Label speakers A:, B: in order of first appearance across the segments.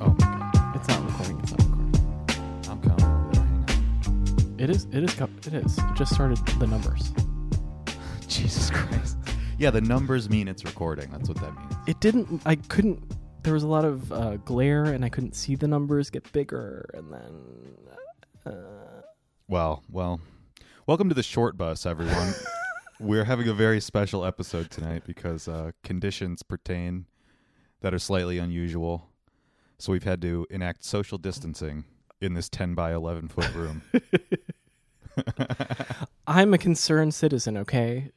A: Oh
B: It is. It is. co- It is. It just started the numbers.
A: Jesus Christ. Yeah, the numbers mean it's recording. That's what that means.
B: It didn't. I couldn't. There was a lot of uh, glare, and I couldn't see the numbers get bigger. And then, uh,
A: Well, well. Welcome to the short bus, everyone. We're having a very special episode tonight because uh, conditions pertain that are slightly unusual. So we've had to enact social distancing in this 10 by 11 foot room.
B: I'm a concerned citizen. Okay,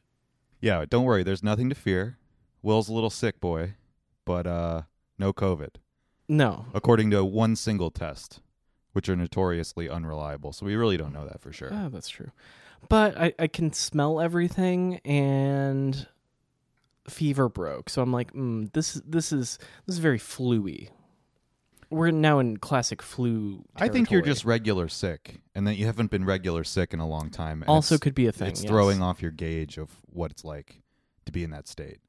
A: yeah, don't worry. There's nothing to fear. Will's a little sick boy, but uh, no COVID.
B: no,
A: according to one single test, which are notoriously unreliable. So we really don't know that for sure.
B: Yeah, Ah, that's true. But I, I can smell everything and fever broke. So I'm like, mm, this this is this is very fluey. We're now in classic flu.
A: I think you're
B: territory.
A: just regular sick, and that you haven't been regular sick in a long time. and
B: also
A: it's,
B: could be a thing.
A: it's
B: yes.
A: throwing off your gauge of what it's like to be in that state.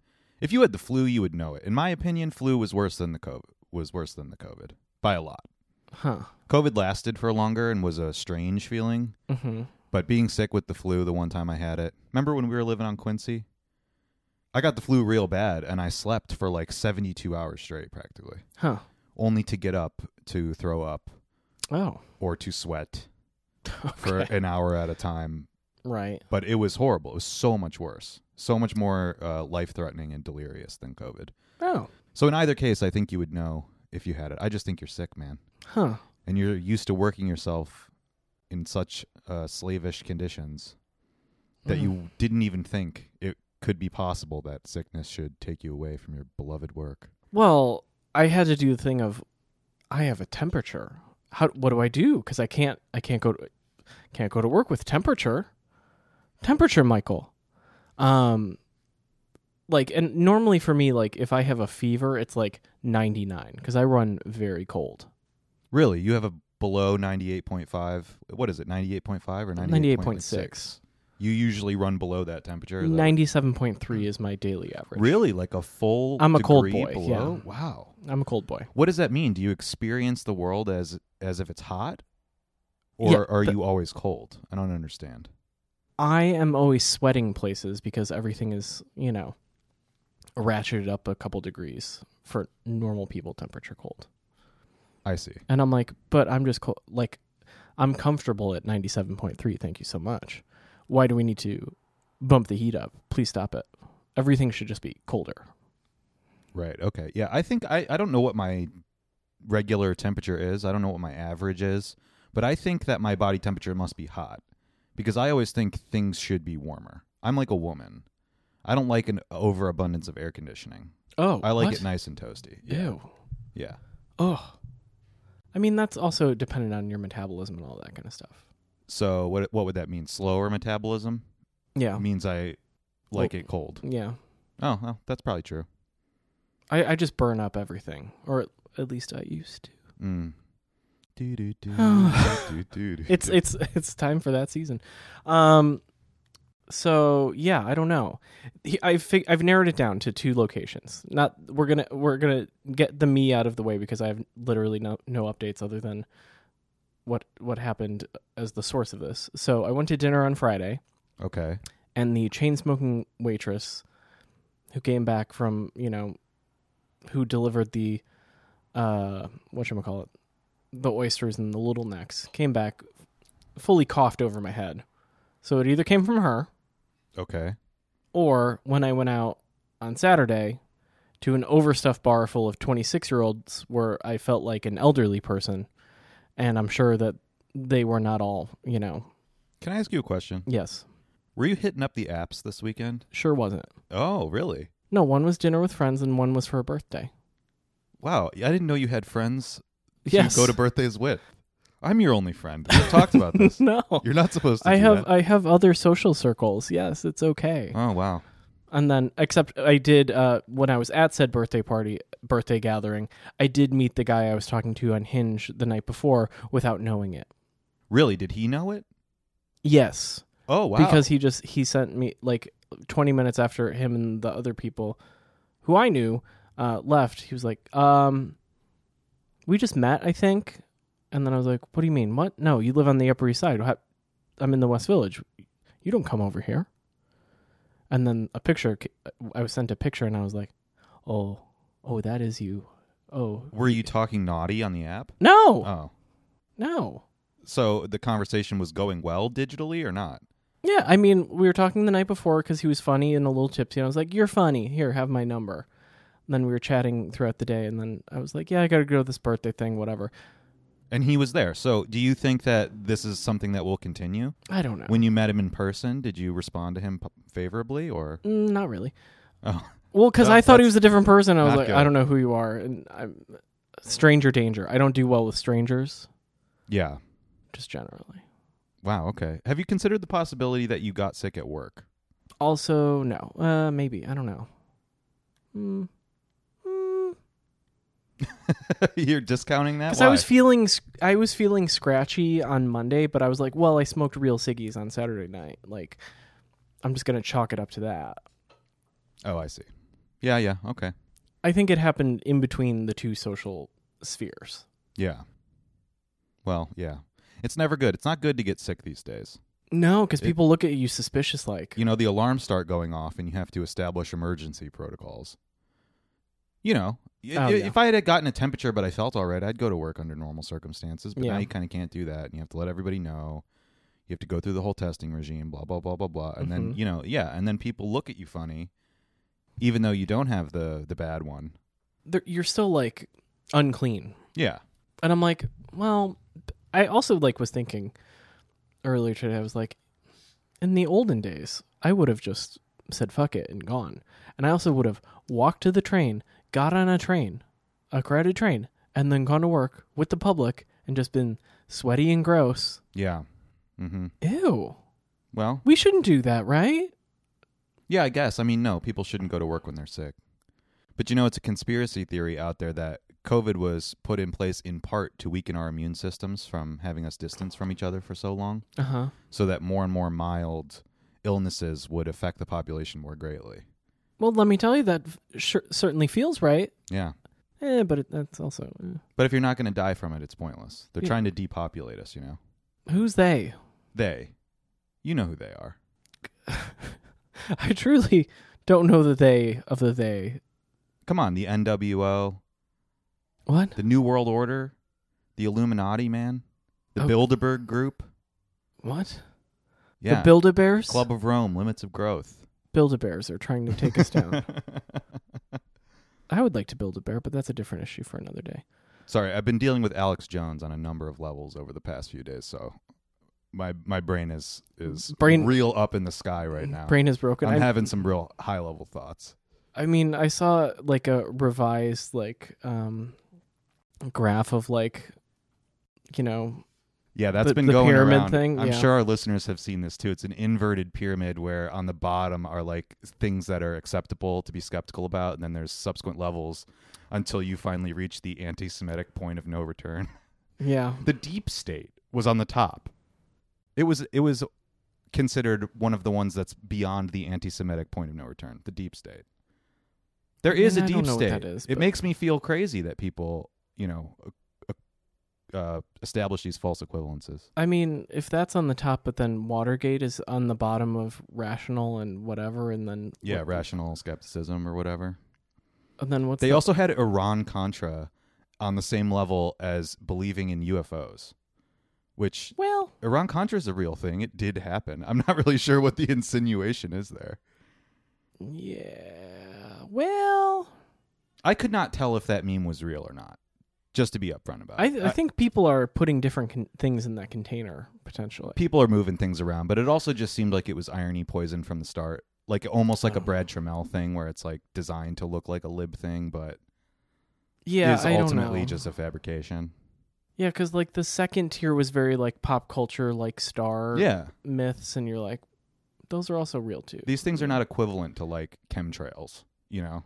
A: If you had the flu, you would know it. In my opinion, flu was worse than the COVID. Was worse than the COVID by a lot.
B: Huh.
A: COVID lasted for longer and was a strange feeling.
B: Mm-hmm.
A: But being sick with the flu the one time I had it, remember when we were living on Quincy? I got the flu real bad and I slept for like 72 hours straight practically,
B: Huh.
A: only to get up to throw up
B: Oh.
A: or to sweat for
B: Okay.
A: an hour at a time.
B: right.
A: But it was horrible. It was so much worse, so much more uh, life threatening and delirious than COVID.
B: Oh.
A: So, in either case, I think you would know if you had it. I just think you're sick, man.
B: Huh.
A: And you're used to working yourself in such uh, slavish conditions
B: Mm.
A: that
B: Mm-hmm.
A: you didn't even think it could be possible that sickness should take you away from your beloved work.
B: Well, I had to do the thing of, I have a temperature. How? What do I do? Because I can't. I can't go. To, can't go to work with temperature. Temperature, Michael. Um, like, and normally for me, like if I have a fever, it's like ninety nine because I run very cold.
A: Really, you have a below 98.5. What is it? 98.5 or
B: 98.6.
A: 98.6? You usually run below that temperature. is that-
B: Ninety seven point
A: Mm.
B: three is my daily average.
A: Really? Like a full
B: I'm a cold
A: degree
B: boy,
A: below? Wow.
B: I'm a cold boy.
A: What does that mean? Do you experience the world as as if it's hot? Or
B: Yeah,
A: are
B: the-
A: you always cold? I don't understand.
B: I am always sweating places because everything is, you know, ratcheted up a couple degrees for normal people temperature cold.
A: I see.
B: And I'm like, but I'm just cold. Like, I'm comfortable at 97.3. Thank you so much. Why do we need to bump the heat up? Please stop it. Everything should just be colder.
A: Right. Okay. Yeah. I think I, I don't know what my regular temperature is. I don't know what my average is, but I think that my body temperature must be hot because I always think things should be warmer. I'm like a woman. I don't like an overabundance of air conditioning.
B: Oh,
A: I like
B: what?
A: it nice and toasty. Yeah.
B: Ew.
A: Yeah.
B: Oh. I mean, that's also dependent on your metabolism and all that kind of stuff.
A: So what what would that mean? Slower metabolism
B: Yeah.
A: means I like
B: Well-
A: it cold.
B: Yeah.
A: Oh, well, that's probably true.
B: I, I just burn up everything, or at least I used to.
A: Mm. Do do do do do.
B: it's it's it's time for that season. Um so yeah, I don't know. He- I've fig- I've narrowed it down to two locations. Not we're gonna we're gonna get the me out of the way because I have literally no no updates other than what what happened as the source of this. So I went to dinner on Friday,
A: okay.
B: and the chain smoking waitress who came back from you know who delivered the uh what call it the oysters and the little necks came back fully coughed over my head so it either came from her
A: Okay.
B: or when i went out on saturday to an overstuffed bar full of 26 year olds where i felt like an elderly person and i'm sure that they were not all you know
A: Can I ask you a question?
B: yes
A: Were you hitting up the apps this weekend?
B: sure wasn't
A: Oh, really?
B: no one was dinner with friends and one was for a birthday
A: Wow. I didn't know you had friends who
B: Yes.
A: you go to birthdays with. I'm your only friend. We've talked about this.
B: no.
A: You're not supposed to.
B: I
A: do
B: have
A: that.
B: I have other social circles. Yes, it's okay.
A: oh wow.
B: And then except I did uh when I was at said birthday party birthday gathering, I did meet the guy I was talking to on Hinge the night before without knowing it.
A: Really? Did he know it?
B: Yes.
A: Oh wow.
B: Because he just he sent me like 20 minutes after him and the other people who I knew uh left, he was like, "Um we just met, I think." And then I was like, "What do you mean? What? No, you live on the Upper East Side. How, I'm in the West Village. You don't come over here." And then a picture. ca- I was sent a picture, and I was like, "Oh, oh, that is you. Oh,
A: Were you talking naughty on the app?
B: no,
A: Oh.
B: no."
A: So the conversation was going well digitally or not?
B: Yeah, I mean, we were talking the night before because he was funny and a little tipsy. And I was like, "You're funny. Here, have my number." And then we were chatting throughout the day, and then I was like, "Yeah, I got to go to this birthday thing, whatever."
A: And he was there. So do you think that this is something that will continue?
B: I don't know.
A: When you met him in person, did you respond to him p- favorably or?
B: Mm, Not really.
A: Oh.
B: Well, because
A: No,
B: I thought he
A: that's
B: was a different person. I was
A: not
B: like,
A: good.
B: I don't know who you are, and I'm stranger danger. I don't do well with strangers,
A: Yeah.
B: just generally.
A: Wow. Okay. Have you considered the possibility that you got sick at work?
B: Also, no. Uh, maybe I don't know. Mm. Mm.
A: You're discounting that?
B: Because I
A: Why?
B: was feeling, sc- I was feeling scratchy on Monday, but I was like, well, I smoked real ciggies on Saturday night. Like, I'm just gonna chalk it up to that.
A: oh, I see. Yeah. Yeah. Okay.
B: I think it happened in between the two social spheres.
A: Yeah. Well, yeah. It's never good. It's not good to get sick these days.
B: No, because
A: It-
B: people look at you suspicious, like,
A: You know, the alarms start going off and you have to establish emergency protocols. You know, y-
B: Oh,
A: y-
B: yeah.
A: if I had gotten a temperature but I felt all right, I'd go to work under normal circumstances, but
B: Yeah.
A: now you kind of can't do that. And you have to let everybody know. You have to go through the whole testing regime, blah, blah, blah, blah, blah. And then,
B: Mhm.
A: you know, yeah. And then people look at you funny, even though you don't have the, the bad one.
B: they're- you're still like unclean.
A: Yeah.
B: and I'm like, well, I also like was thinking earlier today. I was like, in the olden days, I would have just said fuck it and gone, and I also would have walked to the train, got on a train, a crowded train, and then gone to work with the public and just been sweaty and gross.
A: Yeah. hmm
B: Ew,
A: Well,
B: we shouldn't do that, right?
A: Yeah, I guess. I mean, no, people shouldn't go to work when they're sick. But you know, it's a conspiracy theory out there that COVID was put in place in part to weaken our immune systems from having us distance from each other for so long,
B: Uh huh.
A: so that more and more mild illnesses would affect the population more greatly.
B: Well, let me tell you that sure, certainly feels right.
A: Yeah.
B: Eh, but it, that's also eh.
A: But if you're not going to die from it, it's pointless. They're
B: Yeah.
A: trying to depopulate us, you know?
B: who's they?
A: They. You know who they are.
B: I truly don't know the they of the they.
A: Come on, the NWO,
B: What?
A: the New World Order, the Illuminati, man, the
B: Oh.
A: Bilderberg Group.
B: What?
A: Yeah.
B: The Build-A-Bears?
A: Club of Rome, Limits of Growth.
B: Build-A-Bears are trying to take us down. I would like to build a bear, but that's a different issue for another day.
A: Sorry, I've been dealing with Alex Jones on a number of levels over the past few days, so my my brain is is
B: Brain-
A: real up in the sky right now.
B: Brain is broken.
A: I'm
B: I,
A: having some real high level thoughts.
B: I mean, I saw like a revised like um graph of like you know,
A: Yeah, that's
B: The-
A: been
B: the
A: going
B: pyramid
A: around.
B: thing,
A: I'm
B: yeah.
A: sure our listeners have seen this too. It's an inverted pyramid where on the bottom are like things that are acceptable to be skeptical about, and then there's subsequent levels until you finally reach the anti-Semitic point of no return.
B: yeah.
A: the deep state was on the top. It was it was considered one of the ones that's beyond the anti-Semitic point of no return. The deep state. There is
B: Yeah,
A: a
B: I
A: deep
B: don't know what
A: state.
B: that is,
A: it
B: but-
A: makes me feel crazy that people, you know, uh, uh, establish these false equivalences.
B: I mean, if that's on the top but then Watergate is on the bottom of rational and whatever and then
A: Yeah,
B: what-
A: rational skepticism or whatever.
B: And then what's
A: They
B: the-
A: also had Iran Contra on the same level as believing in UFOs, which
B: Well,
A: Iran Contra is a real thing. It did happen. I'm not really sure what the insinuation is there.
B: yeah. Well,
A: I could not tell if that meme was real or not. Just to be upfront about
B: I,
A: it,
B: I think people are putting different con- things in that container potentially.
A: people are moving things around, but it also just seemed like it was irony poison from the start, like almost
B: Oh.
A: like a Brad Trammell thing, where it's like designed to look like a lib thing, but
B: Yeah,
A: is
B: I don't
A: ultimately
B: know.
A: just a fabrication.
B: Yeah, because like the second tier was very like pop culture, like star
A: Yeah,
B: myths, and you're like, those are also real too.
A: these things are not equivalent to like chemtrails. You know,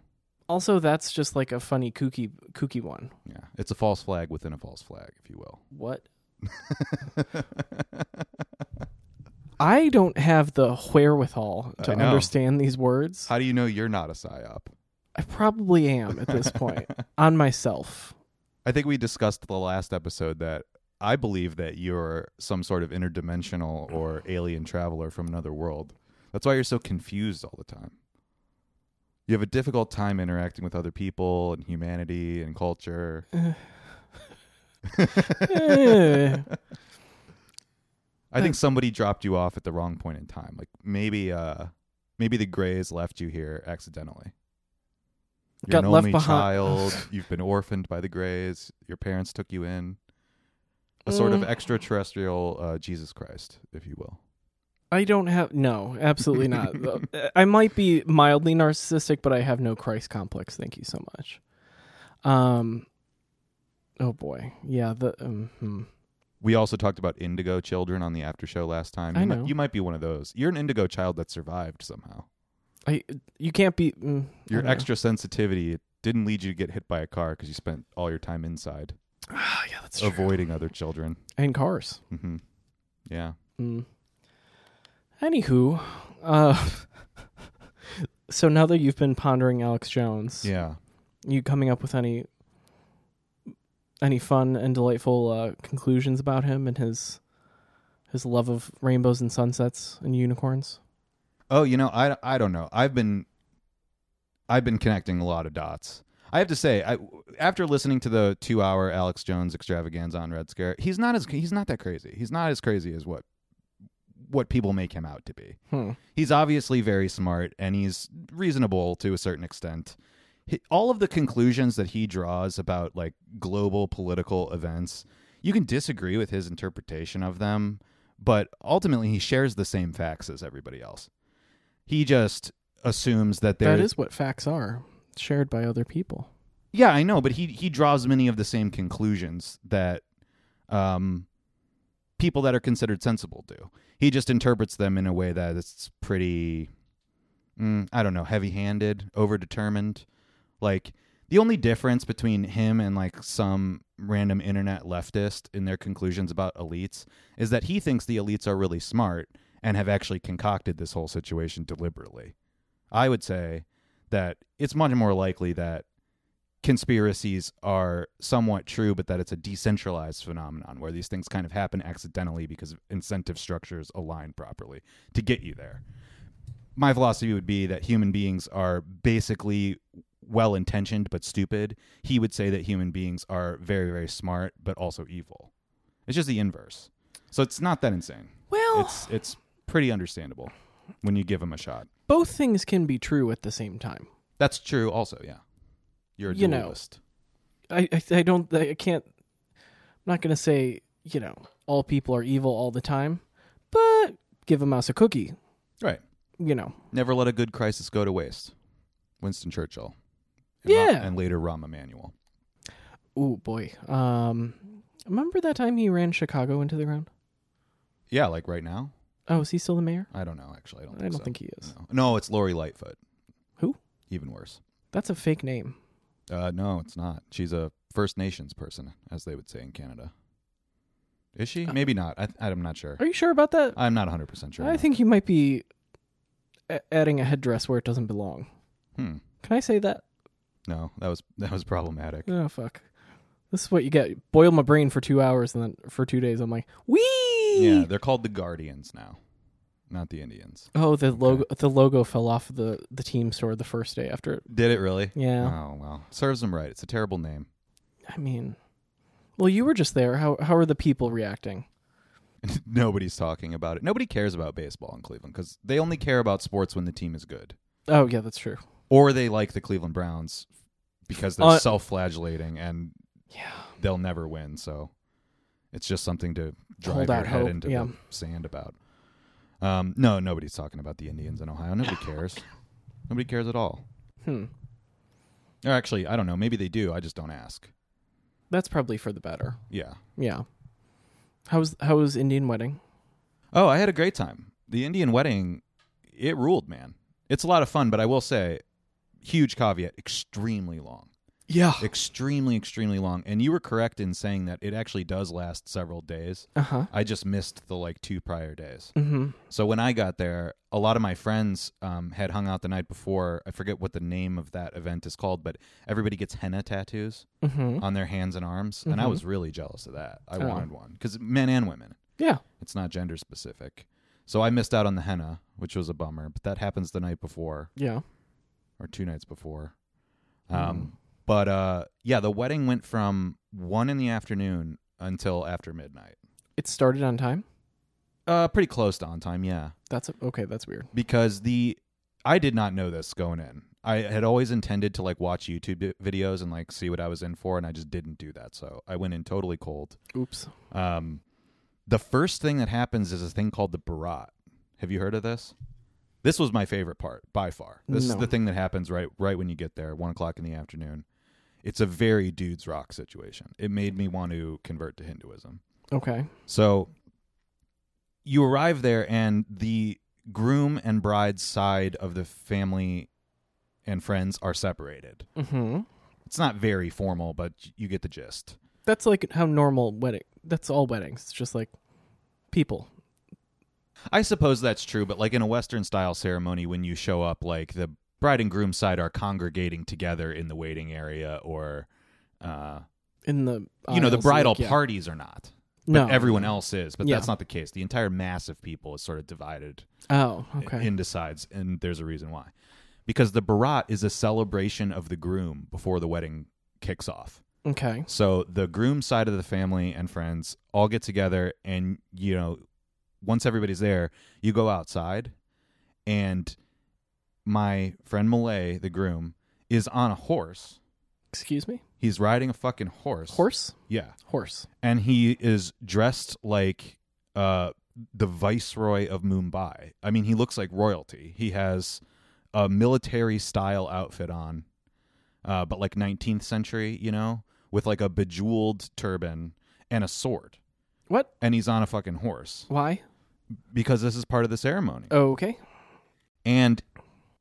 B: Also, that's just like a funny kooky kooky one.
A: yeah, it's a false flag within a false flag, if you will.
B: What? I don't have the wherewithal to
A: I know.
B: understand these words.
A: How do you know you're not a psyop?
B: I probably am at this point on myself.
A: I think we discussed the last episode that I believe that you're some sort of interdimensional or alien traveler from another world. That's why you're so confused all the time. You have a difficult time interacting with other people and humanity and culture.
B: Eh.
A: I think somebody dropped you off at the wrong point in time. Like maybe uh maybe the Greys left you here accidentally. You're
B: Got
A: an
B: left
A: only
B: behind.
A: child. You've been orphaned by the Greys. Your parents took you in. A sort of
B: Mm.
A: extraterrestrial uh, Jesus Christ, if you will.
B: I don't have no, absolutely not. Uh, I might be mildly narcissistic, but I have no Christ complex. Thank you so much. Um, oh boy, yeah. The um, hmm.
A: We also talked about indigo children on the after show last time. You
B: I
A: mi-
B: know.
A: you might be one of those. You're an indigo child that survived somehow.
B: I you can't be mm, I
A: Your
B: don't know.
A: extra sensitivity it didn't lead you to get hit by a car because you spent all your time inside
B: Ah, yeah, that's true.
A: avoiding other children.
B: and cars.
A: hmm Yeah.
B: Mm. Anywho, uh, so now that you've been pondering Alex Jones,
A: Yeah.
B: you coming up with any any fun and delightful uh, conclusions about him and his his love of rainbows and sunsets and unicorns?
A: Oh, you know, I, I don't know. I've been I've been connecting a lot of dots. I have to say, I after listening to the 2-hour Alex Jones extravaganza on Red Scare, he's not as he's not that crazy. He's not as crazy as what what people make him out to be.
B: Hmm.
A: he's obviously very smart and he's reasonable to a certain extent. He, all of the conclusions that he draws about like global political events, you can disagree with his interpretation of them, but ultimately he shares the same facts as everybody else. He just assumes that there
B: That is what facts are, shared by other people.
A: yeah, I know, but he he draws many of the same conclusions that um people that are considered sensible do. He just interprets them in a way that it's pretty mm, I don't know, heavy-handed, overdetermined. Like the only difference between him and like some random internet leftist in their conclusions about elites is that he thinks the elites are really smart and have actually concocted this whole situation deliberately. I would say that it's much more likely that conspiracies are somewhat true, but that it's a decentralized phenomenon where these things kind of happen accidentally because incentive structures align properly to get you there. My philosophy would be that human beings are basically well intentioned but stupid. He would say that human beings are very, very smart but also evil. It's just the inverse. So it's not that insane.
B: Well,
A: It's it's pretty understandable when you give him a shot.
B: both things can be true at the same time.
A: That's true also, yeah. You're a
B: You know.
A: dualist.
B: I I, I don't I can't. I'm not gonna say you know all people are evil all the time, but give a mouse a cookie,
A: Right.
B: you know.
A: Never let a good crisis go to waste. Winston Churchill. And
B: Yeah.
A: Ra- and later Rahm Emanuel.
B: Ooh boy. Um, remember that time he ran Chicago into the ground?
A: Yeah, like right now?
B: Oh, is he still the mayor?
A: I don't know, actually. I don't
B: I
A: think
B: don't
A: so.
B: think he is.
A: No. No, it's Lori Lightfoot.
B: Who?
A: Even worse.
B: That's a fake name.
A: Uh, no, it's not. She's a First Nations person, as they would say in Canada. Is she? Maybe not. I, I'm not sure.
B: Uh, Are you sure about that?
A: I'm not 100% sure.
B: I
A: no.
B: think you might be a- adding a headdress where it doesn't belong.
A: Hmm.
B: Can I say that?
A: No, that was that was problematic.
B: Oh fuck. This is what you get. Boil my brain for two hours and then for two days I'm like, wee.
A: yeah, they're called the Guardians now, not the Indians.
B: Oh, the logo. The logo fell off the the team store the first day after it.
A: Did it really?
B: Yeah.
A: Oh well, serves them right. It's a terrible name.
B: I mean, well, you were just there. How how are the people reacting?
A: Nobody's talking about it. Nobody cares about baseball in Cleveland because they only care about sports when the team is good,
B: Oh yeah, that's true.
A: or they like the Cleveland Browns because they're
B: Uh,
A: self-flagellating and
B: Yeah.
A: they'll never win. So it's just something to drive
B: Hold
A: your
B: out
A: head
B: hope,
A: into
B: yeah.
A: the sand about. Um, no, nobody's talking about the Indians in Ohio. Nobody cares. Nobody cares at all.
B: Hmm.
A: Or actually, I don't know. Maybe they do. I just don't ask.
B: That's probably for the better.
A: Yeah.
B: Yeah. How's how was Indian wedding?
A: Oh, I had a great time. The Indian wedding, it ruled, man. It's a lot of fun, but I will say, huge caveat, extremely long.
B: Yeah.
A: extremely extremely long and you were correct in saying that it actually does last several days
B: Uh huh.
A: i just missed the like two prior days
B: Mm-hmm.
A: so when i got there a lot of my friends um, had hung out the night before i forget what the name of that event is called but everybody gets henna tattoos
B: Mm-hmm.
A: on their hands and arms and i
B: Mhm.
A: was really jealous of that i
B: Oh.
A: wanted one because men and women
B: Yeah.
A: it's not gender specific so i missed out on the henna which was a bummer but that happens the night before
B: Yeah.
A: or two nights before.
B: Mm-hmm.
A: Um, But uh, yeah, the wedding went from one in the afternoon until after midnight.
B: It started on time.
A: Uh, pretty close to on time, yeah.
B: That's okay. That's weird.
A: Because the I did not know this going in. I had always intended to like watch YouTube vi- videos and like see what I was in for, and I just didn't do that. So I went in totally cold.
B: Oops.
A: Um, the first thing that happens is a thing called the barat. Have you heard of this? This was my favorite part by far. This is
B: No.
A: the thing that happens right right when you get there, one o'clock in the afternoon. It's a very dudes rock situation. It made me want to convert to Hinduism.
B: Okay.
A: So you arrive there, and the groom and bride's side of the family and friends are separated.
B: Mm-hmm.
A: It's not very formal, but you get the gist.
B: That's like how normal wedding. That's all weddings. It's just like people.
A: I suppose that's true, but like in a Western style ceremony, when you show up, like the bride and groom side are congregating together in the waiting area, or uh,
B: in the
A: you know, the
B: aisles,
A: bridal
B: like, yeah.
A: parties are not,
B: No.
A: but everyone else is. But
B: Yeah.
A: that's not the case. The entire mass of people is sort of divided
B: oh, okay.
A: into sides, and there's a reason why. Because the barat is a celebration of the groom before the wedding kicks off.
B: okay.
A: So the groom side of the family and friends all get together, and you know, once everybody's there, you go outside, and my friend Malay, the groom, is on a horse.
B: Excuse me.
A: He's riding a fucking horse.
B: Horse.
A: Yeah,
B: Horse.
A: and he is dressed like uh the viceroy of Mumbai. I mean, he looks like royalty. He has a military style outfit on, uh, but like 19th century, you know, with like a bejeweled turban and a sword.
B: What?
A: And he's on a fucking horse
B: Why? Oh,
A: because this is part of the ceremony.
B: Okay.
A: And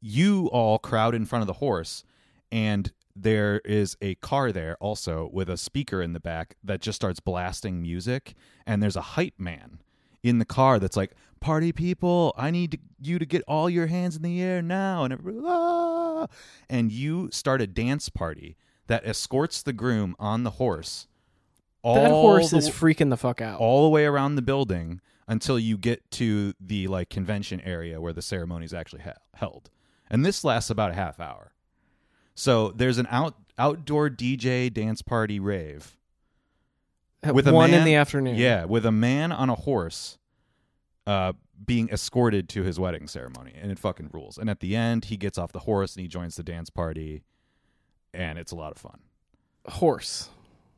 A: you all crowd in front of the horse, and there is a car there also with a speaker in the back that just starts blasting music. And there's a hype man in the car that's like, "Party people, I need to, you to get all your hands in the air now!" And everybody, ah! and you start a dance party that escorts the groom on the horse.
B: that
A: all
B: horse
A: the
B: is freaking the fuck out.
A: all the way around the building until you get to the like convention area where the ceremony is actually ha- held. And this lasts about a half hour. So there's an out outdoor DJ dance party rave
B: At
A: with a
B: one
A: man,
B: in the afternoon.
A: Yeah, with a man on a horse uh being escorted to his wedding ceremony and it fucking rules. And at the end he gets off the horse and he joins the dance party and it's a lot of fun.
B: Horse.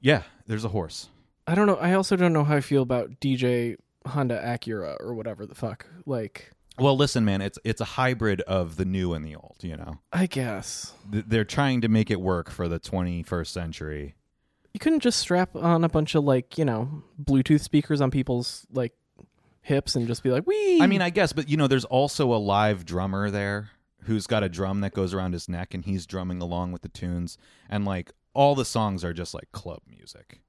A: Yeah, there's a horse.
B: I don't know. I also don't know how I feel about DJ Honda Acura or whatever the fuck. Like,
A: Well, listen man, it's it's a hybrid of the new and the old, you know.
B: I guess
A: th- they're trying to make it work for the 21st century.
B: you couldn't just strap on a bunch of like you know Bluetooth speakers on people's like hips and just be like, "Wee."
A: I mean, I guess, but you know, there's also a live drummer there who's got a drum that goes around his neck and he's drumming along with the tunes and like all the songs are just like club music.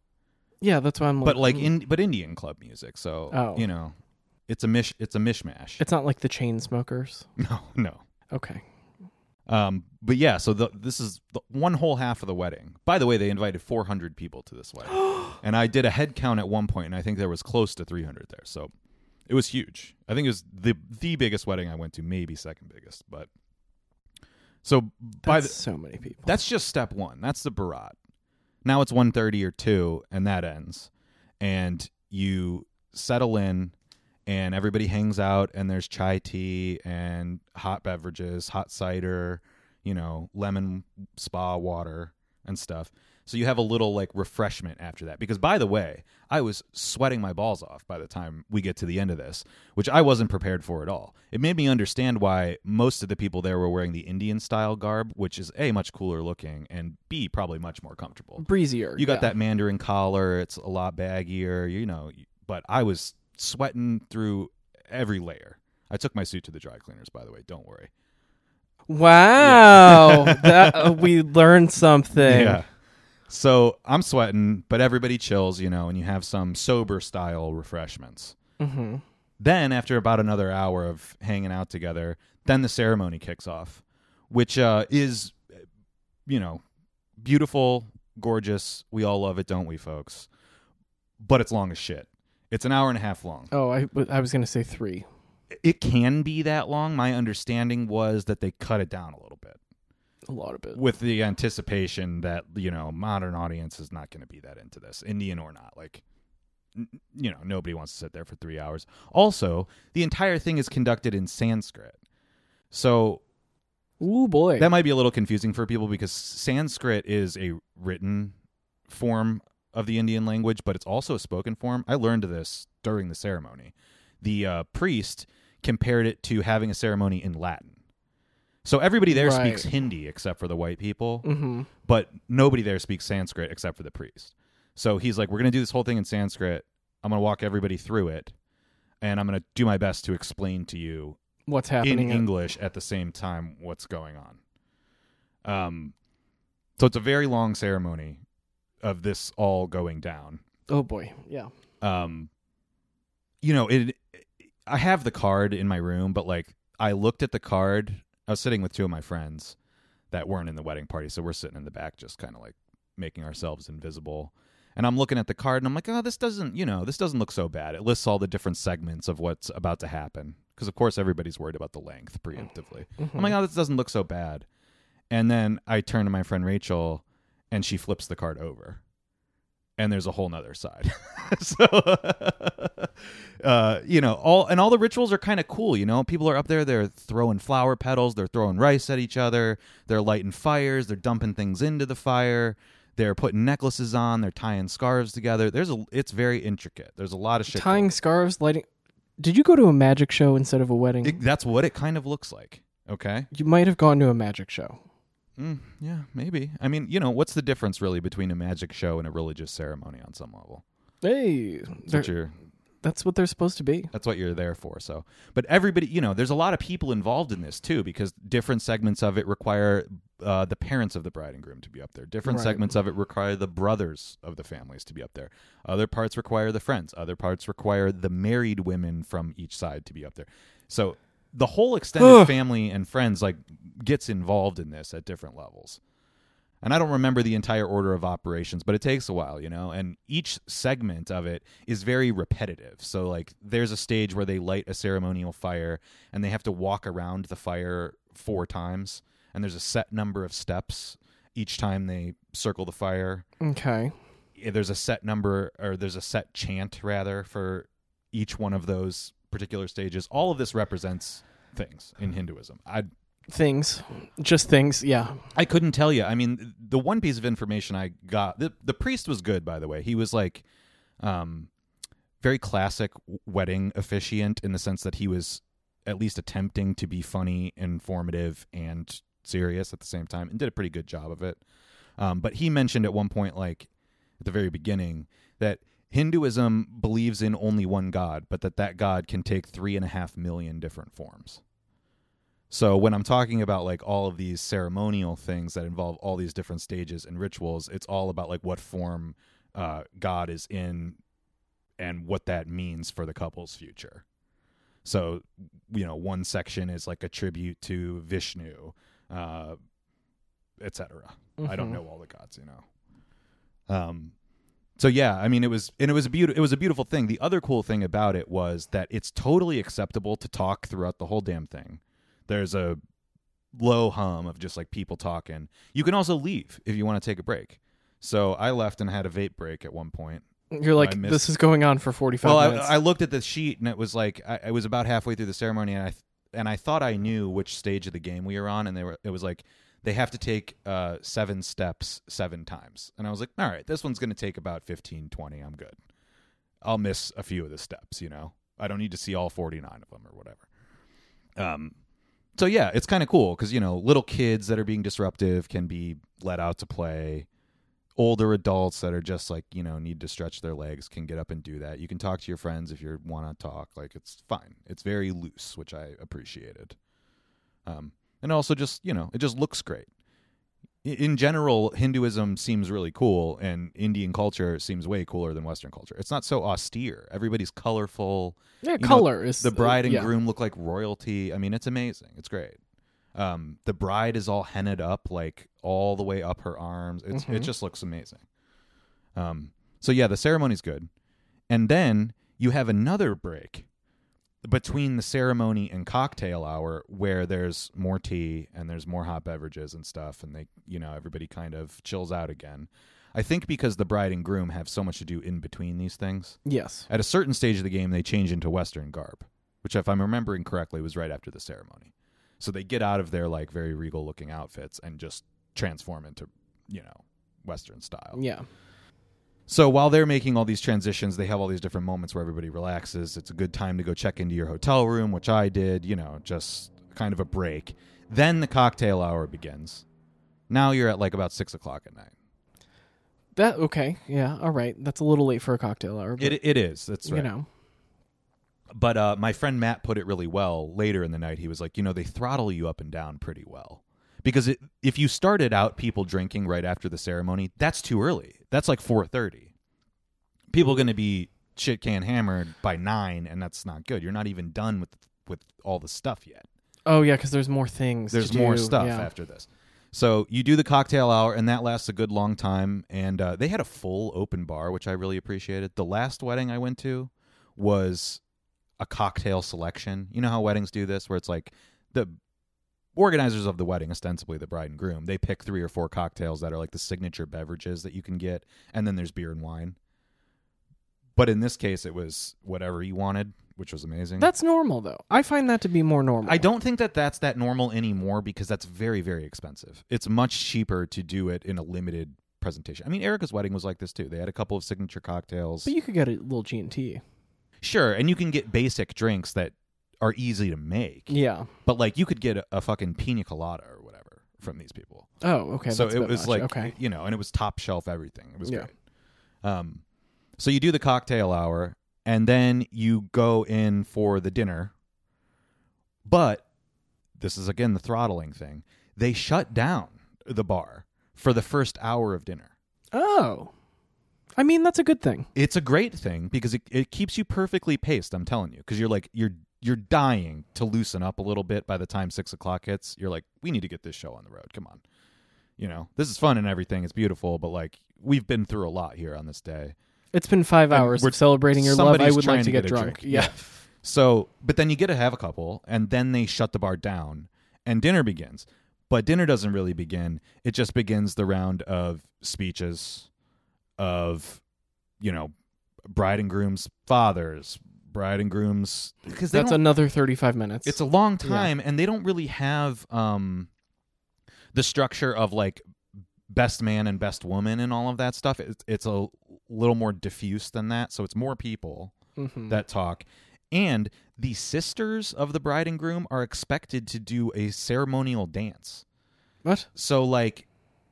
B: yeah, that's why I'm. Like,
A: But like
B: mm.
A: in but Indian club music, so
B: Oh.
A: you know, it's a mish it's a mishmash.
B: mm, it's not like the chain smokers.
A: no, no.
B: Okay.
A: Um but yeah, so the, this is the one whole half of the wedding. By the way, they invited 400 people to this wedding. and I did a head count at one point, and I think there was close to 300 there. So it was huge. I think it was the the biggest wedding I went to, maybe second biggest. But so by
B: That's
A: the,
B: so many people.
A: that's just step one. That's the barat. Now it's 1:30 or two, and that ends, and you settle in. And everybody hangs out, and there's chai tea and hot beverages, hot cider, you know, lemon spa water and stuff. So you have a little like refreshment after that. Because by the way, I was sweating my balls off by the time we get to the end of this, which I wasn't prepared for at all. It made me understand why most of the people there were wearing the Indian style garb, which is A, much cooler looking, and B, probably much more comfortable.
B: breezier.
A: You got
B: yeah.
A: that Mandarin collar, it's a lot baggier, you know, but I was sweating through every layer. I took my suit to the dry cleaners, by the way, don't worry.
B: Wow, that uh, we learned something.
A: Yeah. So I'm sweating, but everybody chills, you know, and you have some sober style refreshments.
B: Mm-hmm.
A: Then, after about another hour of hanging out together, then the ceremony kicks off, which uh, is, you know, beautiful, gorgeous. We all love it, don't we, folks? But it's long as shit. It's an hour and a half long.
B: Oh, I, w- I was gonna say three.
A: It can be that long. My understanding was that they cut it down a little bit.
B: A lot of it.
A: with the anticipation that you know modern audience is not going to be that into this indian or not like n- you know nobody wants to sit there for three hours also the entire thing is conducted in sanskrit so
B: Ooh boy.
A: that might be a little confusing for people because sanskrit is a written form of the indian language but it's also a spoken form i learned this during the ceremony the uh, priest compared it to having a ceremony in latin so everybody there
B: Right.
A: speaks hindi except for the white people
B: mm-hmm.
A: but nobody there speaks Sanskrit except for the priest. So he's like, we're going to do this whole thing in Sanskrit. I'm going to walk everybody through it, and I'm going to do my best to explain to you
B: What's
A: in
B: happening?
A: English at the same time what's going on. Um, so it's a very long ceremony of this all going down.
B: oh boy. Yeah.
A: Um, you know, it. I have the card in my room, but like I looked at the card. I was sitting with two of my friends that weren't in the wedding party, so we're sitting in the back, just kind of like making ourselves invisible. And I'm looking at the card, and I'm like, oh, this doesn't, you know, this doesn't look so bad. It lists all the different segments of what's about to happen, because of course everybody's worried about the length preemptively. I'm like, oh, this doesn't look so bad. And then I turn to my friend Rachel, and she flips the card over, and there's a whole nother side. so, uh, you know, all and all the rituals are kind of cool. You know, people are up there, they're throwing flower petals, they're throwing rice at each other, they're lighting fires, they're dumping things into the fire. They're putting necklaces on. They're tying scarves together. There's a. It's very intricate. There's a lot of shit. going
B: Tying scarves, lighting. Did you go to a magic show instead of a wedding?
A: It, that's what it kind of looks like. Okay.
B: you might have gone to a magic show.
A: Mm, yeah, maybe. I mean, you know, what's the difference really between a magic show and a religious ceremony on some level?
B: Hey,
A: That's what you're
B: that's what they're supposed to be.
A: that's what you're there for. So, but everybody, you know, there's a lot of people involved in this too because different segments of it require uh, the parents of the bride and groom to be up there. Different
B: Right.
A: segments of it require the brothers of the families to be up there. Other parts require the friends. Other parts require the married women from each side to be up there. So, the whole extended
B: Ugh.
A: family and friends like gets involved in this at different levels. And I don't remember the entire order of operations, but it takes a while, you know? And each segment of it is very repetitive. So, like, there's a stage where they light a ceremonial fire and they have to walk around the fire four times. And there's a set number of steps each time they circle the fire.
B: Okay.
A: Yeah, There's a set number, or there's a set chant, rather, for each one of those particular stages. All of this represents things in Hinduism. I
B: Things, just things. Yeah.
A: I couldn't tell you. I mean, the one piece of information I got the the priest was good, by the way. He was like, um, very classic wedding officiant in the sense that he was at least attempting to be funny, informative, and serious at the same time, and did a pretty good job of it. Um, but he mentioned at one point, like at the very beginning, that Hinduism believes in only one God, but that that God can take three and a half million different forms. So when I'm talking about like all of these ceremonial things that involve all these different stages and rituals, it's all about like what form uh, God is in and what that means for the couple's future. So you know, one section is like a tribute to Vishnu, uh, etc. I don't
B: Mhm.
A: know all the gods, you know. Um, so yeah, I mean, it was and it was a beautiful it was a beautiful thing. The other cool thing about it was that it's totally acceptable to talk throughout the whole damn thing. There's a low hum of just like people talking. You can also leave if you want to take a break. So I left and had a vape break at one point.
B: You're like,
A: missed-
B: this is going on for 45
A: Well,
B: minutes.
A: I, I looked at the sheet and it was like I, I was about halfway through the ceremony and I th- and I thought I knew which stage of the game we were on and they were it was like they have to take uh, seven steps seven times and I was like all right this one's going to take about 15, 20. I'm good. I'll miss a few of the steps, you know. I don't need to see all 49 of them or whatever. Um so yeah, it's kind of cool cuz you know, little kids that are being disruptive can be let out to play older adults that are just like you know need to stretch their legs can get up and do that you can talk to your friends if you want to talk like it's fine it's very loose which i appreciated um and also just you know it just looks great I- in general hinduism seems really cool and indian culture seems way cooler than western culture it's not so austere everybody's colorful
B: Yeah,
A: know,
B: color is
A: the bride and
B: yeah.
A: groom look like royalty i mean it's amazing it's great um, the bride is all henned up like all the way up her arms it's, it
B: Mhm.
A: just looks amazing um, so yeah the ceremony's good and then you have another break between the ceremony and cocktail hour where there's more tea and there's more hot beverages and stuff and they you know everybody kind of chills out again i think because the bride and groom have so much to do in between these things
B: Yes.
A: at a certain stage of the game they change into western garb which if i'm remembering correctly was right after the ceremony so they get out of their like very regal looking outfits and just transform into you know western style
B: Yeah.
A: so while they're making all these transitions, they have all these different moments where everybody relaxes. It's a good time to go check into your hotel room, which I did, you know, just kind of a break. Then the cocktail hour begins. Now you're at like about six o'clock at night.
B: That okay. Yeah. All right. That's a little late for a cocktail hour. But,
A: It, it is. That's
B: you
A: right.
B: know.
A: But uh, my friend Matt put it really well later in the night. He was like, you know, they throttle you up and down pretty well. Because it, if you started out people drinking right after the ceremony, that's too early. That's like 4.30. People going to be shit can hammered by 9, and that's not good. You're not even done with, with all the stuff yet.
B: Oh yeah, because there's more things.
A: There's
B: to
A: more
B: do.
A: stuff
B: Yeah.
A: after this. So you do the cocktail hour, and that lasts a good long time. And uh, they had a full open bar, which I really appreciated. The last wedding I went to was a cocktail selection. You know how weddings do this, where it's like the organizers of the wedding, ostensibly the bride and groom, they pick three or four cocktails that are like the signature beverages that you can get, and then there's beer and wine. But in this case, it was whatever you wanted, which was amazing.
B: That's normal though. I find that to be more normal.
A: I don't think that that's that normal anymore because that's very very expensive. It's much cheaper to do it in a limited presentation. I mean, Erica's wedding was like this too. They had a couple of signature cocktails.
B: But you could get a little G and T.
A: sure, and you can get basic drinks that are easy to make.
B: Yeah.
A: But like you could get a, a fucking pina colada or whatever from these people.
B: Oh okay.
A: so
B: that's a
A: it
B: bit
A: was
B: much.
A: like
B: okay.
A: you know, and it was top shelf everything. It was
B: Yeah.
A: great. Um so you do the cocktail hour and then you go in for the dinner. But this is again the throttling thing. They shut down the bar for the first hour of dinner.
B: Oh. I mean that's a good thing.
A: It's a great thing because it, it keeps you perfectly paced, I'm telling you. Because you're like you're you're dying to loosen up a little bit by the time six o'clock hits. You're like, we need to get this show on the road. Come on. You know, this is fun and everything, it's beautiful, but like we've been through a lot here on this day.
B: It's been five
A: And
B: hours
A: we're-
B: of celebrating your love. I
A: somebody's
B: would
A: trying
B: like to,
A: to
B: get,
A: get a
B: drunk.
A: drink.
B: Yeah.
A: Yeah. So, but then you get to have a couple, and then they shut the bar down, and dinner begins. But dinner doesn't really begin. It just begins the round of speeches, of, you know, bride and groom's fathers, bride and groom's because
B: That's another thirty-five minutes.
A: it's a long
B: Yeah.
A: time, and they don't really have um, the structure of like best man and best woman and all of that stuff. It's, it's a little more diffuse than that, so it's more people
B: Mhm.
A: that talk. And the sisters of the bride and groom are expected to do a ceremonial dance.
B: what?
A: So, like,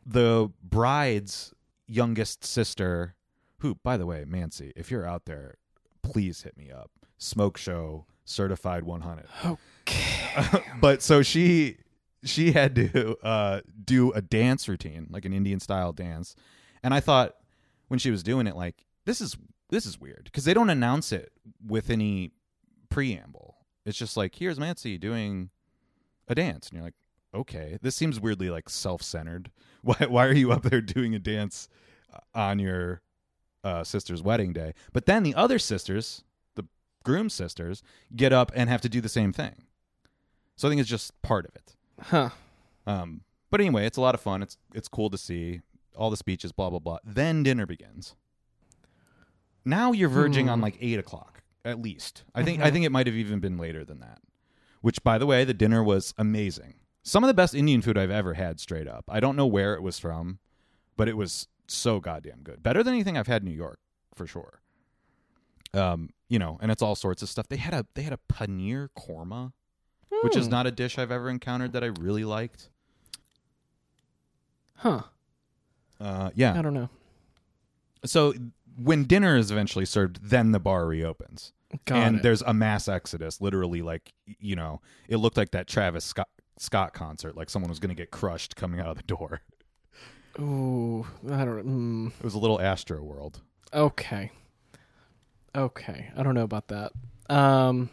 A: the bride's youngest sister, who, by the way, Mancy, if you're out there, please hit me up. Smoke show certified 100.
B: Okay.
A: but so she she had to uh, do a dance routine, like an Indian style dance, and I thought when she was doing it, like this is this is weird because they don't announce it with any preamble. It's just like here's Mancy doing a dance, and you're like, okay, this seems weirdly like self centered. Why why are you up there doing a dance uh, on your uh, sister's wedding day? But then the other sisters, the groom sisters, get up and have to do the same thing. So I think it's just part of it.
B: Huh.
A: Um, but anyway, it's a lot of fun. It's it's cool to see all the speeches, blah blah blah. Then dinner begins. Now you're verging on like eight o'clock at least. I think I think it might have even been later than that. Which, by the way, the dinner was amazing. Some of the best Indian food I've ever had, straight up. I don't know where it was from, but it was so goddamn good. Better than anything I've had in New York for sure. Um, you know, and it's all sorts of stuff. They had a they had a paneer korma which is
B: Hmm.
A: not a dish I've ever encountered that I really liked.
B: Huh.
A: Uh, yeah.
B: I don't know.
A: So when dinner is eventually served, then the bar reopens,
B: Got
A: and
B: it.
A: there's a mass exodus. Literally, like y- you know, it looked like that Travis Scott Scott concert, like someone was going to get crushed coming out of the door.
B: Ooh, I don't. Mm,
A: It was a little Astro World.
B: okay, okay. I don't know about that. Um,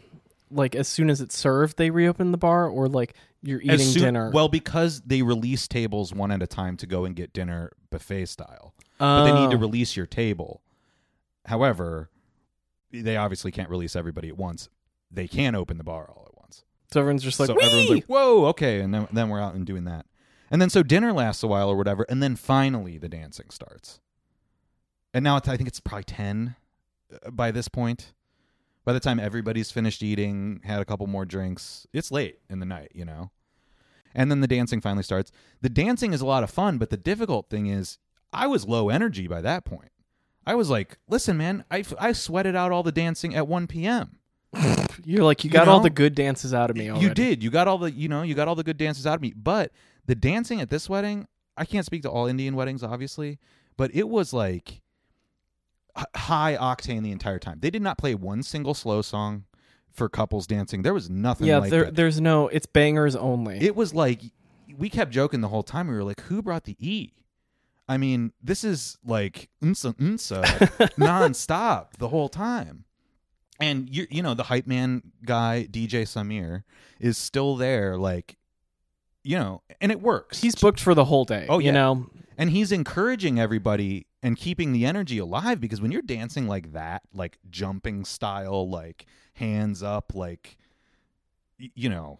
B: like as soon as it's served, they reopen the bar, or like you're eating
A: As soon-
B: dinner.
A: Well, because they release tables one at a time to go and get dinner buffet style. but they need to
B: Oh.
A: release your table. However, they obviously can't release everybody at once. They can open the bar all at once.
B: so everyone's just like,
A: so
B: "Whee!"
A: everyone's like, "Whoa, okay," and then then we're out and doing that. And then so dinner lasts a while or whatever, and then finally the dancing starts. And now it's, I think it's probably ten uh, by this point. By the time everybody's finished eating, had a couple more drinks, it's late in the night, you know. And then the dancing finally starts. The dancing is a lot of fun, but the difficult thing is I was low energy by that point. I was like, listen, man, I, f- I sweated out all the dancing at 1 p.m.
B: you're like, you
A: You
B: got all
A: know?
B: the good dances out of me. Already.
A: You did. You got all the, you know, you got all the good dances out of me. But the dancing at this wedding, I can't speak to all Indian weddings, obviously, but it was like h- high octane the entire time. They did not play one single slow song for couples dancing. There was nothing
B: Yeah,
A: like
B: there,
A: that.
B: there's no. It's bangers only.
A: It was like we kept joking the whole time. We were like, "Who brought the E?" I mean, this is like unsa unsa nonstop the whole time. And you you know the hype man guy DJ Samir is still there, like you know, and it works.
B: He's booked for the whole day.
A: Oh, yeah.
B: you know,
A: and he's encouraging everybody and keeping the energy alive because when you're dancing like that, like jumping style, like hands up, like y- you know,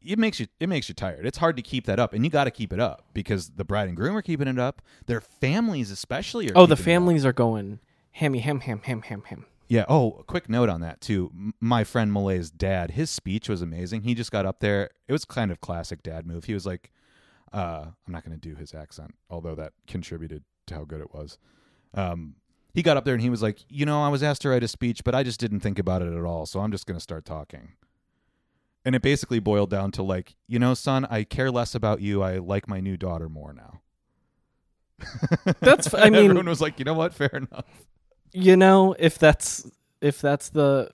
A: it makes you it makes you tired. It's hard to keep that up, and you got to keep it up because the bride and groom are keeping it up. Their families, especially, are
B: Oh, the
A: keeping it up.
B: families are going hammy, ham, ham, ham, ham, ham.
A: Yeah. Oh, a quick note on that too. M- My friend Malay's dad, his speech was amazing. He just got up there. It was kind of classic dad move. He was like, uh, "I'm not going to do his accent, although that contributed to how good it was." Um, he got up there and he was like, "You know, I was asked to write a speech, but I just didn't think about it at all. So I'm just going to start talking." And it basically boiled down to like, you know, son, I care less about you. I like my new daughter more now.
B: That's- I
A: And
B: mean-
A: everyone was like, you know what? Fair enough.
B: You know, if that's if that's the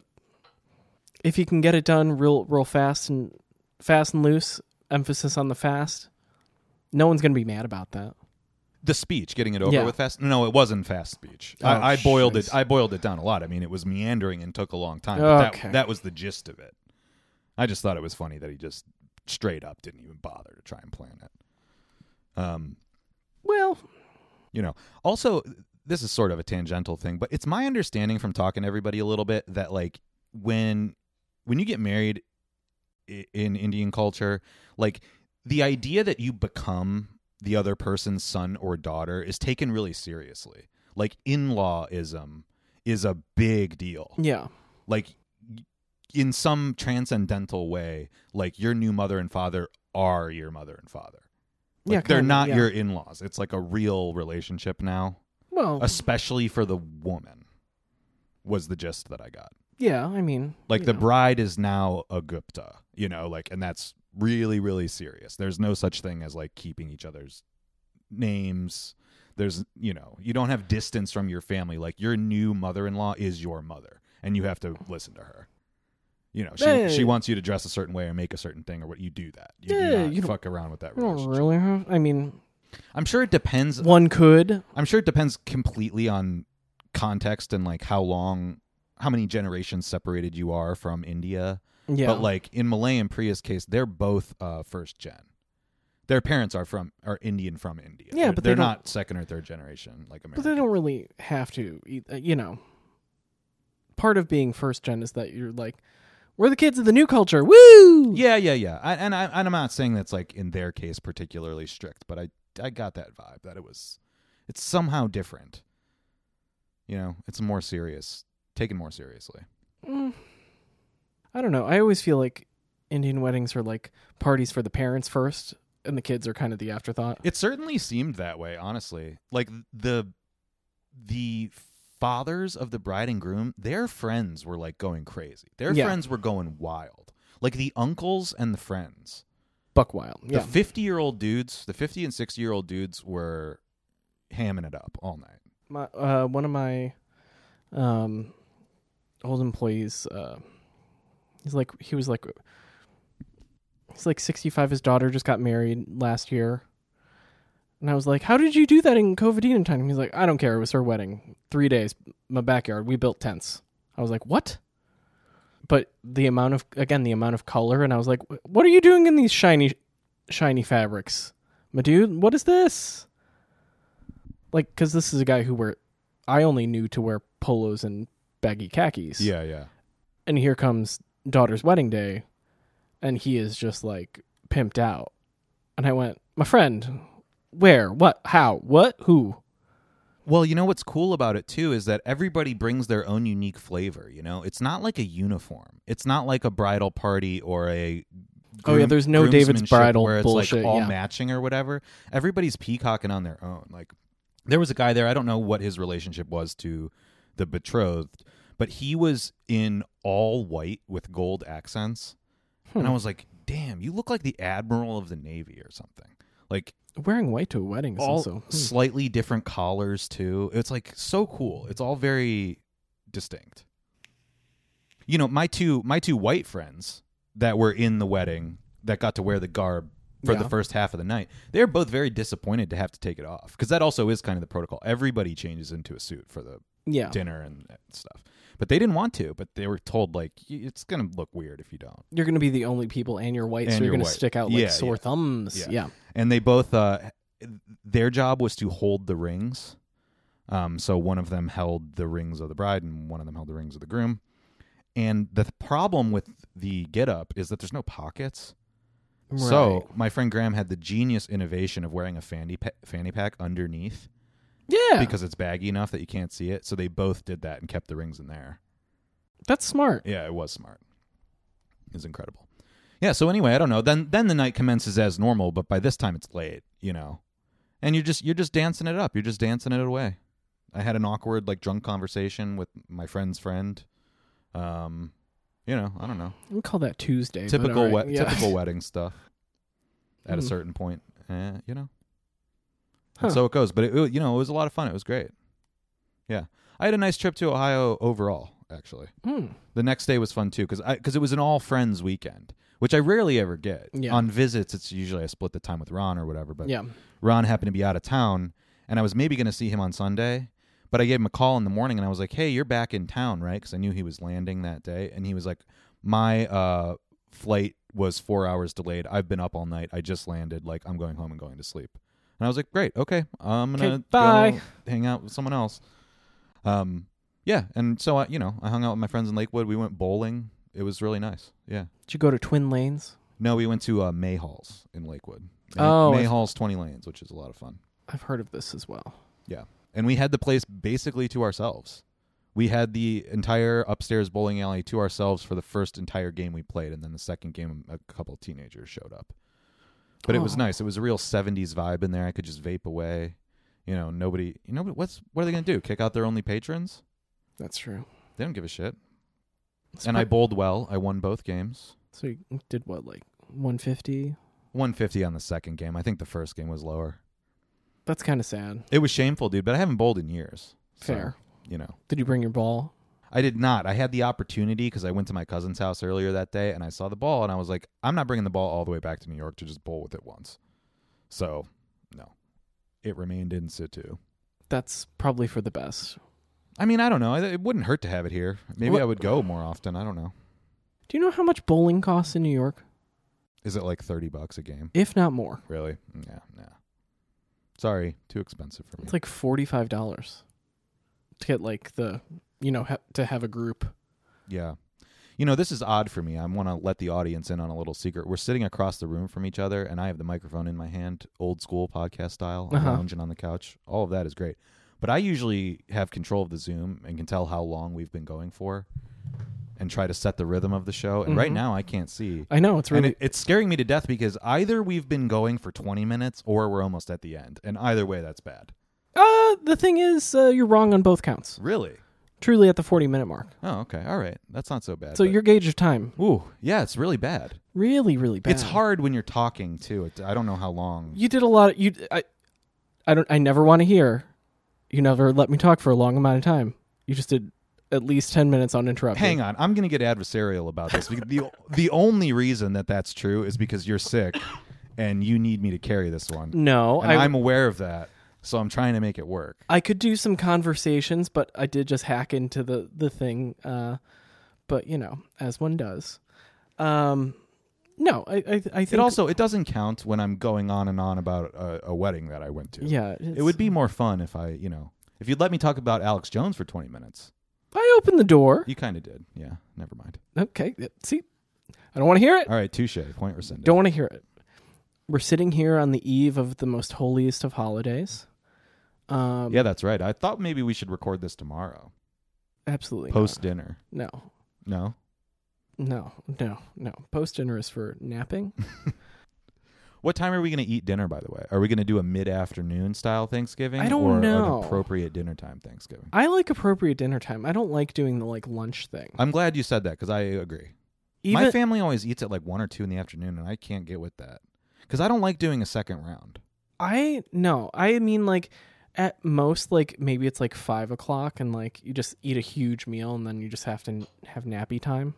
B: if you can get it done real real fast and fast and loose, emphasis on the fast. No one's gonna be mad about that.
A: the speech getting it over
B: Yeah.
A: with fast no it wasn't fast speech
B: Oh,
A: I, I boiled
B: shiz.
A: it i boiled it down a lot i mean it was meandering and took a long time but
B: Okay.
A: that, that was the gist of it i just thought it was funny that he just straight up didn't even bother to try and plan it um
B: Well,
A: you know also this is sort of a tangential thing but it's my understanding from talking to everybody a little bit that like when when you get married i- in indian culture like the idea that you become the other person's son or daughter is taken really seriously like in-lawism is a big deal
B: yeah.
A: like in some transcendental way like your new mother and father are your mother and father like,
B: yeah,
A: they're
B: kinda,
A: not
B: yeah.
A: your in-laws it's like a real relationship now
B: well
A: especially for the woman was the gist that i got
B: yeah, I mean
A: like
B: you
A: the
B: know.
A: bride is now a gupta you know like and that's really really serious there's no such thing as like keeping each other's names there's you know you don't have distance from your family like your new mother-in-law is your mother and you have to listen to her you know she
B: Yeah.
A: she wants you to dress a certain way or make a certain thing or what you do that you
B: Yeah,
A: do not
B: you don't-
A: fuck around with that
B: I don't
A: relationship
B: really have I mean
A: i'm sure it depends
B: one could.
A: I'm sure it depends completely on context and like how long, how many generations separated you are from India.
B: Yeah.
A: But like in Malay and Priya's case, they're both uh, first gen. Their parents are from are Indian from India.
B: Yeah,
A: They're-
B: but they
A: they're
B: don't-
A: not second or third generation like American.
B: But they don't really have to, e- uh, you know. Part of being first gen is that you're like, we're the kids of the new culture. Woo!
A: Yeah, yeah, yeah. I, and I, and I'm not saying that's like in their case particularly strict, but I I got that vibe that it was it's somehow different. You know, it's more serious, taken more seriously.
B: Mm. I don't know. I always feel like Indian weddings are like parties for the parents first, and the kids are kind of the afterthought.
A: It certainly seemed that way, honestly. Like the the fathers of the bride and groom, their friends were like going crazy. Their
B: Yeah.
A: friends were going wild. Like the uncles and the friends.
B: Buck wild. Yeah.
A: The 50-year-old dudes, the 50 and 60-year-old dudes were hamming it up all night.
B: my uh, one of my um old employees uh he's like he was like he's like 65. His daughter just got married last year. And I was like, how did you do that in COVID time? He's like, I don't care. It was her wedding. Three days, my backyard. We built tents. I was like, what? But the amount of, again, the amount of color. And I was like, "Wh- what are you doing in these shiny, shiny fabrics? My dude, what is this? Like, because this is a guy who wear, I only knew to wear polos and baggy khakis
A: Yeah, yeah.
B: and here comes daughter's wedding day and he is just like pimped out and i went my friend where what how what who
A: Well, you know what's cool about it too is that everybody brings their own unique flavor, you know? It's not like a uniform. It's not like a bridal party or a
B: Oh, yeah, there's no David's
A: groomsmanship
B: bridal
A: where it's
B: bullshit,
A: like all
B: yeah.
A: matching or whatever. Everybody's peacocking on their own. Like there was a guy there, I don't know what his relationship was to the betrothed, but he was in all white with gold accents.
B: Hmm.
A: And I was like, "Damn, you look like the admiral of the navy or something." Like
B: wearing white to a wedding is
A: all
B: also hmm.
A: slightly different collars too. It's like so cool. It's all very distinct. You know, my two my two white friends that were in the wedding that got to wear the garb for
B: Yeah.
A: the first half of the night, they're both very disappointed to have to take it off because that also is kind of the protocol. Everybody changes into a suit for the
B: yeah
A: dinner and that stuff, but they didn't want to. But they were told like "Y- it's gonna look weird if you don't.
B: you're gonna be the only people and you're white so
A: And
B: you're,
A: you're
B: gonna
A: white.
B: stick out like
A: Yeah,
B: sore
A: yeah.
B: thumbs yeah.
A: Yeah. and they both uh their job was to hold the rings um so one of them held the rings of the bride and one of them held the rings of the groom and the th- problem with the get up is that there's no pockets
B: Right.
A: so my friend graham had the genius innovation of wearing a fanny, pa- fanny pack underneath
B: yeah
A: because it's baggy enough that you can't see it so they both did that and kept the rings in there
B: that's smart
A: yeah it was smart it was incredible yeah so anyway i don't know then then the night commences as normal but by this time it's late you know and you're just you're just dancing it up you're just dancing it away i had an awkward like drunk conversation with my friend's friend um you know i don't know
B: we call that tuesday but
A: typical
B: all right,
A: we-
B: yeah.
A: typical wedding stuff at a
B: Hmm.
A: certain point eh, you know
B: Huh.
A: and so it goes but it, it- you know it was a lot of fun it was great yeah i had a nice trip to ohio overall actually
B: Hmm.
A: the next day was fun too because because it was an all friends weekend, which I rarely ever get.
B: Yeah.
A: On visits, it's usually I split the time with Ron or whatever. But
B: yeah
A: Ron happened to be out of town, and I was maybe going to see him on Sunday, but I gave him a call in the morning and I was like, "Hey, you're back in town, right?" Because I knew he was landing that day, and he was like, "My uh, flight was four hours delayed. I've been up all night. I just landed. Like I'm going home and going to sleep." And I was like, "Great, okay, I'm gonna
B: Okay, bye."
A: go hang out with someone else." Um, yeah, and so I, you know, I hung out with my friends in Lakewood. We went bowling. It was really nice. Yeah.
B: did you go to twin lanes
A: No, we went to uh, May Halls in Lakewood. May,
B: Oh, I
A: May
B: see.
A: Halls, twenty lanes, which is a lot of fun.
B: i've heard of this as well
A: Yeah. And we had the place basically to ourselves. We had the entire upstairs bowling alley to ourselves for the first entire game we played. And then the second game, a couple of teenagers showed up. But it was
B: Oh.
A: nice. It was a real 70s vibe in there. I could just vape away. You know, nobody, you know, what's, what are they going to do? Kick out their only patrons?
B: that's true
A: They don't give a shit. And I bowled well. I won both games.
B: so you did what like 150
A: 150 on the second game. I think the first game was lower.
B: that's kind of sad
A: It was shameful, dude, but I haven't bowled in years. So,
B: fair
A: you know.
B: Did you bring your ball?
A: I did not. I had the opportunity because I went to my cousin's house earlier that day and I saw the ball and I was like, I'm not bringing the ball all the way back to New York to just bowl with it once. So, no, it remained in situ.
B: That's probably for the best.
A: I mean, I don't know. It wouldn't hurt to have it here. Maybe
B: What-
A: I would go more often. I don't know.
B: Do you know how much bowling costs in New York?
A: Is it like thirty bucks a game?
B: If not more.
A: Really? Yeah, nah. Sorry, too expensive for me.
B: It's like $45 to get like the, you know, ha- to have a group.
A: Yeah. You know, this is odd for me. I want to let the audience in on a little secret. We're sitting across the room from each other, and I have the microphone in my hand, old school podcast style, I'm
B: Uh-huh.
A: lounging on the couch. All of that is great. But I usually have control of the Zoom and can tell how long we've been going for and try to set the rhythm of the show. And right
B: Mhm.
A: now, I can't see.
B: I know it's
A: And
B: really
A: it, it's scaring me to death because either we've been going for 20 minutes or we're almost at the end. And either way, that's bad.
B: Uh the thing is uh, you're wrong on both counts.
A: Really?
B: Truly at the 40 minute mark.
A: Oh, okay. All right. That's not so bad.
B: So
A: but-
B: your gauge of time
A: Ooh, yeah, it's really bad.
B: really really bad.
A: It's hard when you're talking too. It, I don't know how long.
B: You did a lot of, you I I don't I never want to hear you never let me talk for a long amount of time. You just did at least 10 minutes uninterrupted.
A: Hang on, I'm going to get adversarial about this. because the The only reason that that's true is because you're sick, and you need me to carry this one.
B: No,
A: And
B: I,
A: I'm aware of that, so I'm trying to make it work.
B: I could do some conversations, but I did just hack into the the thing. Uh, but you know, as one does. Um, no, I I, I think
A: It also it doesn't count when I'm going on and on about a, a wedding that I went to.
B: yeah.
A: It would be more fun if I, you know, if you'd let me talk about Alex Jones for 20 minutes.
B: I opened the door.
A: You kind of did. Yeah, never mind.
B: Okay, yeah, see, I don't want to hear it.
A: All right, touche. Point rescinded.
B: Don't want to hear it. We're sitting here on the eve of the most holiest of holidays. Um,
A: yeah, that's right. I thought maybe we should record this tomorrow,
B: absolutely.
A: post dinner.
B: not. no.
A: No.
B: No, no, no. Post dinner is for napping.
A: What time are we going to eat dinner? By the way, are we going to do a mid-afternoon style Thanksgiving?
B: I don't
A: or
B: know.
A: An appropriate dinner time Thanksgiving.
B: I like appropriate dinner time. I don't like doing the like lunch thing.
A: I'm glad you said that because I agree.
B: Even
A: My family always eats at like one or two in the afternoon, and I can't get with that because I don't like doing a second round.
B: I no, I mean like at most like maybe it's like five o'clock and like you just eat a huge meal and then you just have to n- have nappy time.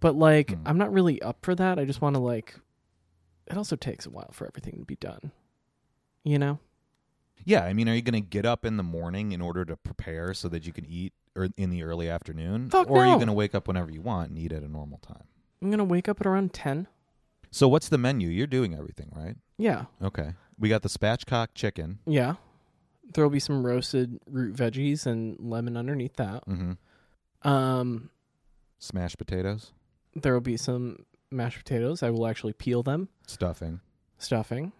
B: But like
A: Hmm.
B: I'm not really up for that. I just want to like. It also takes a while for everything to be done. You know.
A: Yeah, I mean, are you going to get up in the morning in order to prepare so that you can eat or in the early afternoon,
B: Fuck
A: or are you
B: no.
A: going to wake up whenever you want and eat at a normal time?
B: I'm gonna wake up at around ten.
A: So what's the menu? You're doing everything, right?
B: Yeah,
A: Okay. We got the spatchcock chicken.
B: yeah. There'll be some roasted root veggies and lemon underneath that.
A: Mm-hmm.
B: Um,
A: Smashed potatoes,
B: there will be some mashed potatoes. I will actually peel them.
A: stuffing.
B: Stuffing.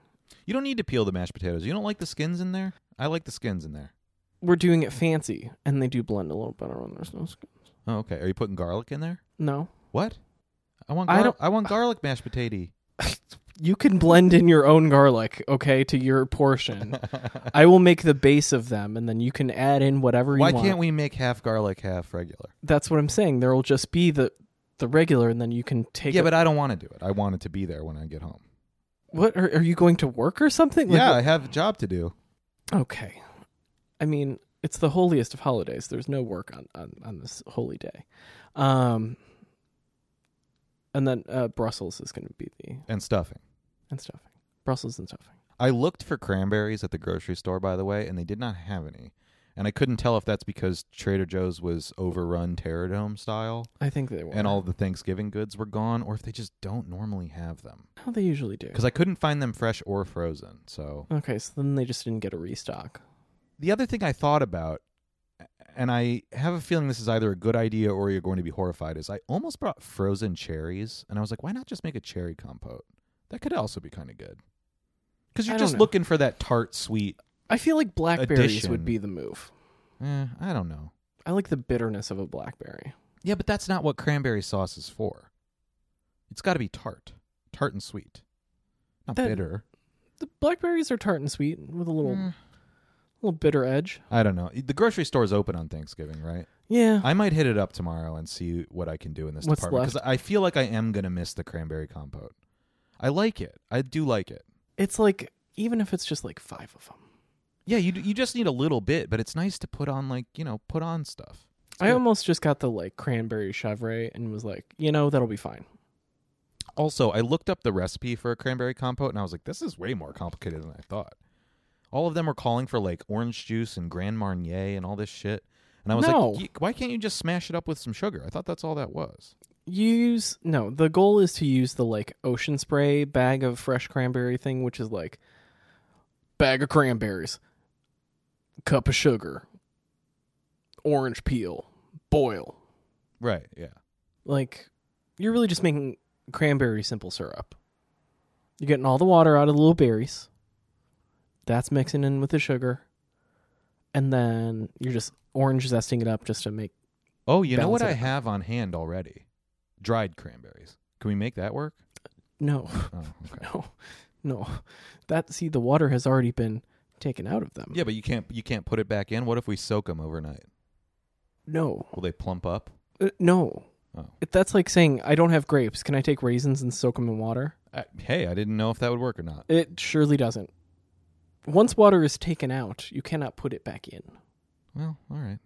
A: You don't need to peel the mashed potatoes. You don't like the skins in there? I like the skins in there.
B: We're doing it fancy, and they do blend a little better when there's no skin.
A: Oh, okay. Are you putting garlic in there?
B: No,
A: What? I want
B: I
A: gar- I,
B: don't-
A: want garlic mashed potato.
B: you can blend in your own garlic, okay, to your portion. I will make the base of them, and then you can add in whatever you
A: Why
B: want.
A: can't we make half garlic, half regular?
B: That's what I'm saying. There will just be the the regular, and then you can take.
A: yeah,
B: it-
A: but I don't want to do it. I want it to be there when I get home.
B: what are, are you going to work or something? Like,
A: Yeah, I have a job to do.
B: Okay. I mean, it's the holiest of holidays. There's no work on on, on this holy day. Um and then uh, Brussels is going to be the
A: And stuffing.
B: and stuffing. Brussels and stuffing.
A: I looked for cranberries at the grocery store, by the way, and they did not have any. And I couldn't tell if that's because Trader Joe's was overrun Terror Dome style
B: I think they were.
A: and all the Thanksgiving goods were gone, or if they just don't normally have them.
B: how Oh, they usually do.
A: Because I couldn't find them fresh or frozen. So
B: Okay, so then they just didn't get a restock.
A: the other thing I thought about, and I have a feeling this is either a good idea or you're going to be horrified, is I almost brought frozen cherries, and I was like, why not just make a cherry compote? That could also be kind of good. Because
B: I
A: you're
B: don't
A: just
B: know.
A: looking for that tart, sweet.
B: I feel like blackberries
A: Addition.
B: would be the move.
A: Eh, I don't know.
B: I like the bitterness of a blackberry.
A: Yeah, but that's not what cranberry sauce is for. It's got to be tart, tart and sweet, not
B: That-
A: bitter.
B: The blackberries are tart and sweet with a little
A: Mm,
B: little bitter edge.
A: I don't know. The grocery store is open on Thanksgiving, right?
B: Yeah.
A: I might hit it up tomorrow and see what I can do in this
B: Oh. What's
A: department because I feel like I am gonna miss the cranberry compote. I like it. I do like it.
B: it's like even if it's just like 5 of them.
A: Yeah, you d- you just need a little bit, but it's nice to put on like you know put on stuff. It's
B: I
A: good.
B: almost just got the like cranberry chevre and was like, you know, that'll be fine.
A: Also, I looked up the recipe for a cranberry compote and I was like, this is way more complicated than I thought. All of them were calling for like orange juice and Grand Marnier and all this shit. And I was
B: No.
A: like, "Y- why can't you just smash it up with some sugar? I thought that's all that was.
B: You use no, the goal is to use the like ocean spray bag of fresh cranberry thing, which is like bag of cranberries, cup of sugar, orange peel, boil.
A: Right, yeah.
B: Like you're really just making cranberry simple syrup. You're getting all the water out of the little berries. That's mixing in with the sugar. And then you're just orange zesting it up just to make
A: Oh, you know
B: Balance
A: what
B: it
A: I
B: out.
A: have on hand already? Dried cranberries. Can we make that work?
B: No,
A: Oh, okay.
B: no, no. That see, the water has already been taken out of them.
A: Yeah, but you can't you can't put it back in. What if we soak them overnight?
B: No,
A: Will they plump up?
B: Uh, no.
A: Oh.
B: If That's like saying I don't have grapes. Can I take raisins and soak them in water?
A: I, hey, I didn't know if that would work or not.
B: It surely doesn't. Once water is taken out, you cannot put it back in.
A: Well, all right.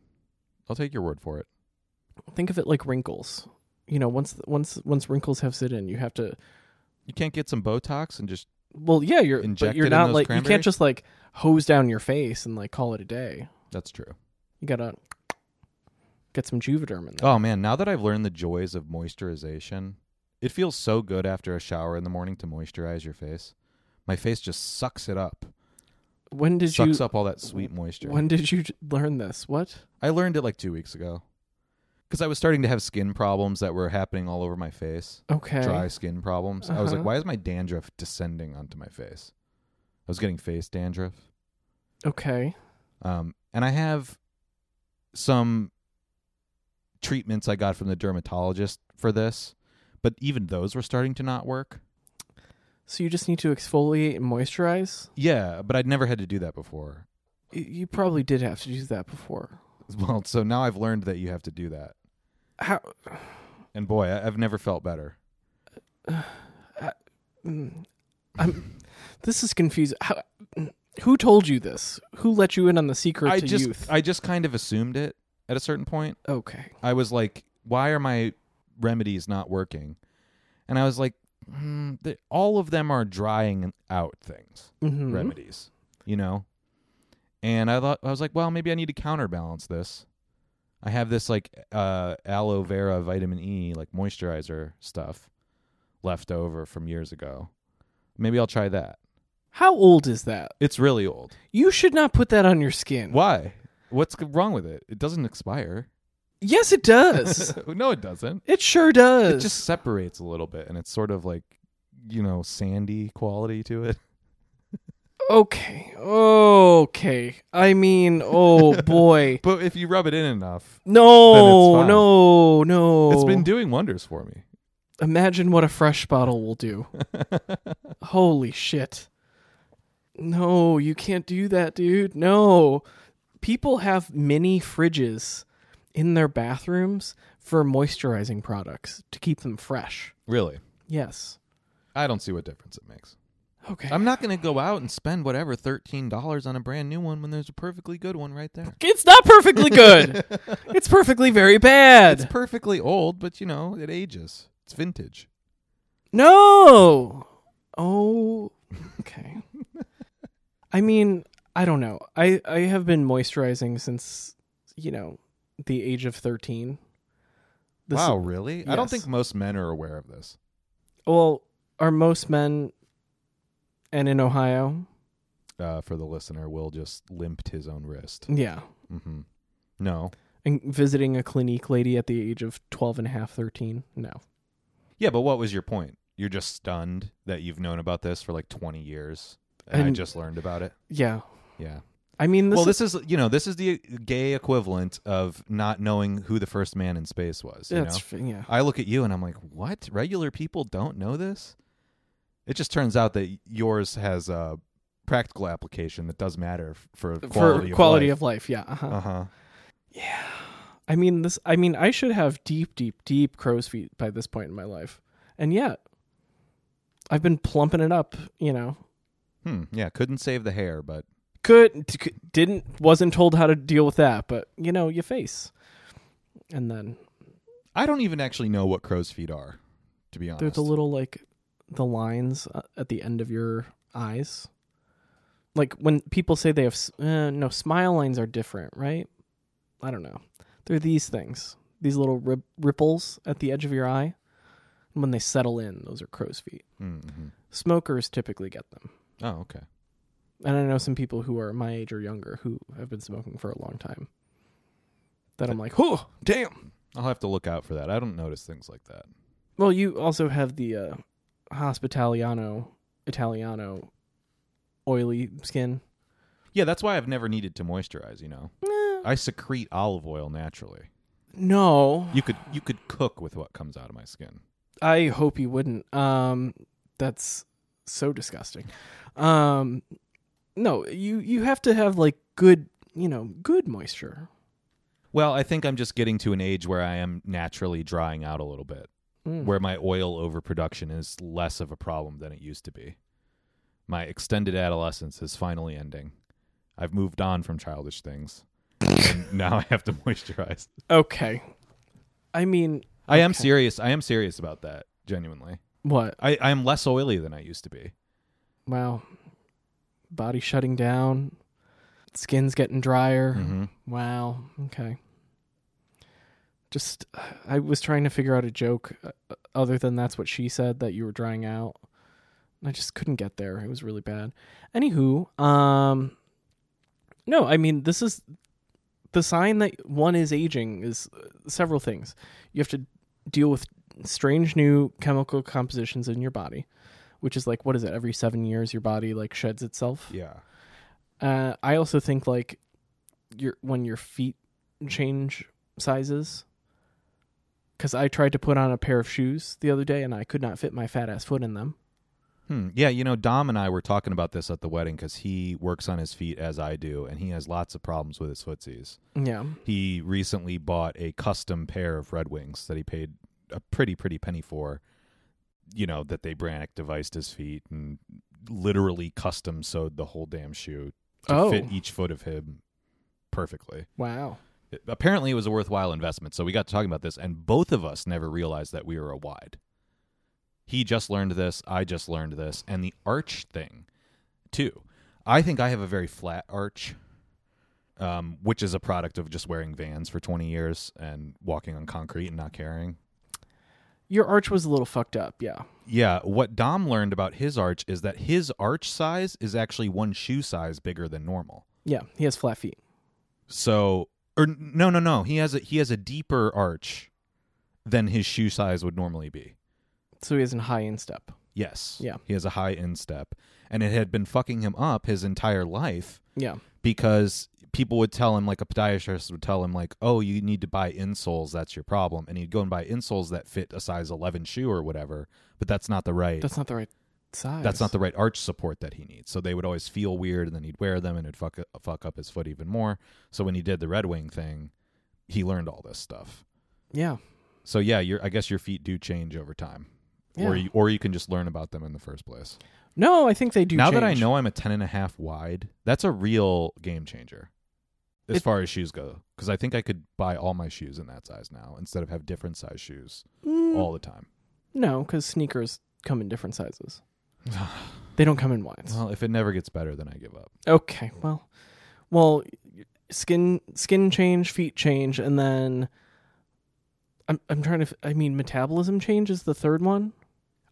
A: I'll take your word for it.
B: Think of it like wrinkles. You know, once once once wrinkles have sit in, you have to.
A: You can't get some Botox and just
B: Well, yeah, you're but
A: Inject it
B: you're
A: in
B: not
A: those
B: like you can't
A: cranberries?
B: just like hose down your face and like call it a day.
A: that's true.
B: You gotta get some Juvederm in there.
A: Oh man, now that I've learned the joys of moisturization, it feels so good after a shower in the morning to moisturize your face. My face just sucks it up.
B: when did
A: Oh, sucks
B: you?
A: up all that sweet moisture.
B: When did you j- learn this? What?
A: I learned it like 2 weeks ago. Cuz I was starting to have skin problems that were happening all over my face.
B: Okay.
A: Dry skin problems. I was like,
B: Uh-huh.
A: why is my dandruff descending onto my face? I was getting face dandruff.
B: Okay.
A: Um, and I have some treatments I got from the dermatologist for this, but even those were starting to not work.
B: So you just need to exfoliate and moisturize.
A: Yeah, but I'd never had to do that before.
B: Y- You probably did have to do that before.
A: Well, so now I've learned that you have to do that.
B: How?
A: And boy, I- I've never felt better.
B: mm, I'm. this is confusing. How, mm, who told you this? Who let you in on the secret
A: I
B: to
A: just
B: youth?
A: I just kind of assumed it at a certain point.
B: okay.
A: I was like, why are my remedies not working? And I was like, hmm, th- all of them are drying out things.
B: Mm-hmm.
A: remedies, you know? And I thought I was like, well, maybe I need to counterbalance this. I have this like uh aloe vera vitamin E like moisturizer stuff left over from years ago. Maybe I'll try that.
B: How old is that?
A: It's really old.
B: You should not put that on your skin.
A: Why? What's g- wrong with it? It doesn't expire.
B: Yes, it does.
A: no, it doesn't.
B: it sure does.
A: It just separates a little bit and it's sort of like, you know, sandy quality to it.
B: Okay. Okay. I mean, oh boy.
A: But if you rub it in enough, Then it's
B: No,
A: fine.
B: no, no.
A: it's been doing wonders for me.
B: Imagine what a fresh bottle will do. Holy shit. No, you can't do that, dude. No. People have mini fridges in their bathrooms for moisturizing products to keep them fresh.
A: Really?
B: Yes.
A: I don't see what difference it makes.
B: Okay.
A: I'm not going to go out and spend whatever $13 on a brand new one when there's a perfectly good one right there.
B: it's not perfectly good. it's perfectly very bad.
A: It's perfectly old, but you know, it ages. It's vintage.
B: No. Oh. Okay. I mean, I don't know. I I have been moisturizing since you know the age of thirteen. This
A: wow, really? I don't
B: yes.
A: think most men are aware of this.
B: well, are most men, and in Ohio,
A: Uh, for the listener, Will just limped his own wrist.
B: yeah,
A: Mm-hmm. No.
B: and visiting a clinique lady at the age of 12 and a half, 13. No.
A: Yeah, but what was your point? You're just stunned that you've known about this for like 20 years and, I
B: And-
A: just learned about it.
B: Yeah.
A: Yeah.
B: I mean, this
A: well, this is you know this is the gay equivalent of not knowing who the first man in space was. You know?
B: that's f- yeah.
A: I look at you and I'm like, what? Regular people don't know this? It just turns out that yours has a practical application that does matter f- for quality
B: for
A: of
B: quality
A: life.
B: of life. Yeah. Uh-huh.
A: Uh huh.
B: I mean this I mean I should have deep deep deep crow's feet by this point in my life. And yet I've been plumping it up, you know.
A: Hmm. Yeah. Couldn't save the hair, but
B: Could t- could- didn't wasn't told how to deal with that, but you know, your face. And then
A: I don't even actually know what crow's feet are, to be honest.
B: there's a little like the lines uh, at the end of your eyes. Like when people say they have s- uh, no smile lines are different, right? I don't know. They're these things. These little rib- ripples at the edge of your eye. And when they settle in, those are crow's feet.
A: Mhm.
B: smokers typically get them.
A: Oh, okay.
B: And I know some people who are my age or younger who have been smoking for a long time. That I'm like, oh, damn.
A: I'll have to look out for that. I don't notice things like that.
B: Well, you also have the uh, hospitaliano, Italiano, oily skin.
A: Yeah, that's why I've never needed to moisturize. You know,
B: Eh,
A: I secrete olive oil naturally.
B: No,
A: You could you could cook with what comes out of my skin.
B: I hope you wouldn't. Um, that's so disgusting. Um, no, you you have to have like good, you know, good moisture.
A: Well, I think I'm just getting to an age where I am naturally drying out a little bit,
B: Mm.
A: where my oil overproduction is less of a problem than it used to be. My extended adolescence is finally ending. I've moved on from childish things. and now I have to moisturize.
B: Okay. I mean,
A: I am
B: Okay.
A: serious. I am serious about that. Genuinely,
B: what?
A: I, I am less oily than I used to be.
B: Wow. Body shutting down. Skin's getting drier.
A: Mhm.
B: Wow. Okay. Just, I was trying to figure out a joke uh, other than that's what she said that you were drying out. And I just couldn't get there. It was really bad. Anywho, um, no, I mean, this is the sign that one is aging is uh, several things. You have to deal with strange new chemical compositions in your body, which is like, what is it? Every seven years, your body like sheds itself.
A: Yeah.
B: Uh, I also think like your when your feet change sizes. Because I tried to put on a pair of shoes the other day and I could not fit my fat ass foot in them.
A: Hmm. Yeah, you know, Dom and I were talking about this at the wedding because he works on his feet as I do, and he has lots of problems with his footsies.
B: Yeah,
A: He recently bought a custom pair of Red Wings that he paid a pretty, pretty penny for, you know, that they Brannick devised his feet and literally custom sewed the whole damn shoe to
B: Oh.
A: fit each foot of him perfectly.
B: wow.
A: It- apparently, it was a worthwhile investment. So we got to talking about this, and both of us never realized that we were a wide. He just learned this. I just learned this. And the arch thing, too. I think I have a very flat arch, um, which is a product of just wearing vans for 20 years and walking on concrete and not caring.
B: Your arch was a little fucked up, yeah.
A: Yeah, what Dom learned about his arch is that his arch size is actually one shoe size bigger than normal.
B: Yeah, he has flat feet.
A: So, or no, no, no. He has a he has a deeper arch than his shoe size would normally be.
B: So he has a high instep.
A: Yes.
B: Yeah.
A: He has a high instep, and it had been fucking him up his entire life
B: Yeah.
A: because people would tell him like a podiatrist would tell him like, "Oh, you need to buy insoles. That's your problem." And he'd go and buy insoles that fit a size 11 shoe or whatever, but that's not the right
B: That's not the right size.
A: that's not the right arch support that he needs. So they would always feel weird, and then he'd wear them, and it'd fuck uh, fuck up his foot even more. So when he did the Red Wing thing, he learned all this stuff.
B: Yeah.
A: So yeah, your I guess your feet do change over time, or
B: Yeah.
A: you, or you can just learn about them in the first place.
B: No, I think they do
A: now that I
B: change.
A: know I'm a ten and a half wide, that's a real game changer as
B: It-
A: far as shoes go. Because I think I could buy all my shoes in that size now instead of have different size shoes
B: Mm,
A: all the time.
B: no, because sneakers come in different sizes. They don't come in wides.
A: Well, if it never gets better, then I give up.
B: Okay, well, well, skin skin change, feet change, and then I'm I'm trying to. f- I mean, metabolism change is the third one.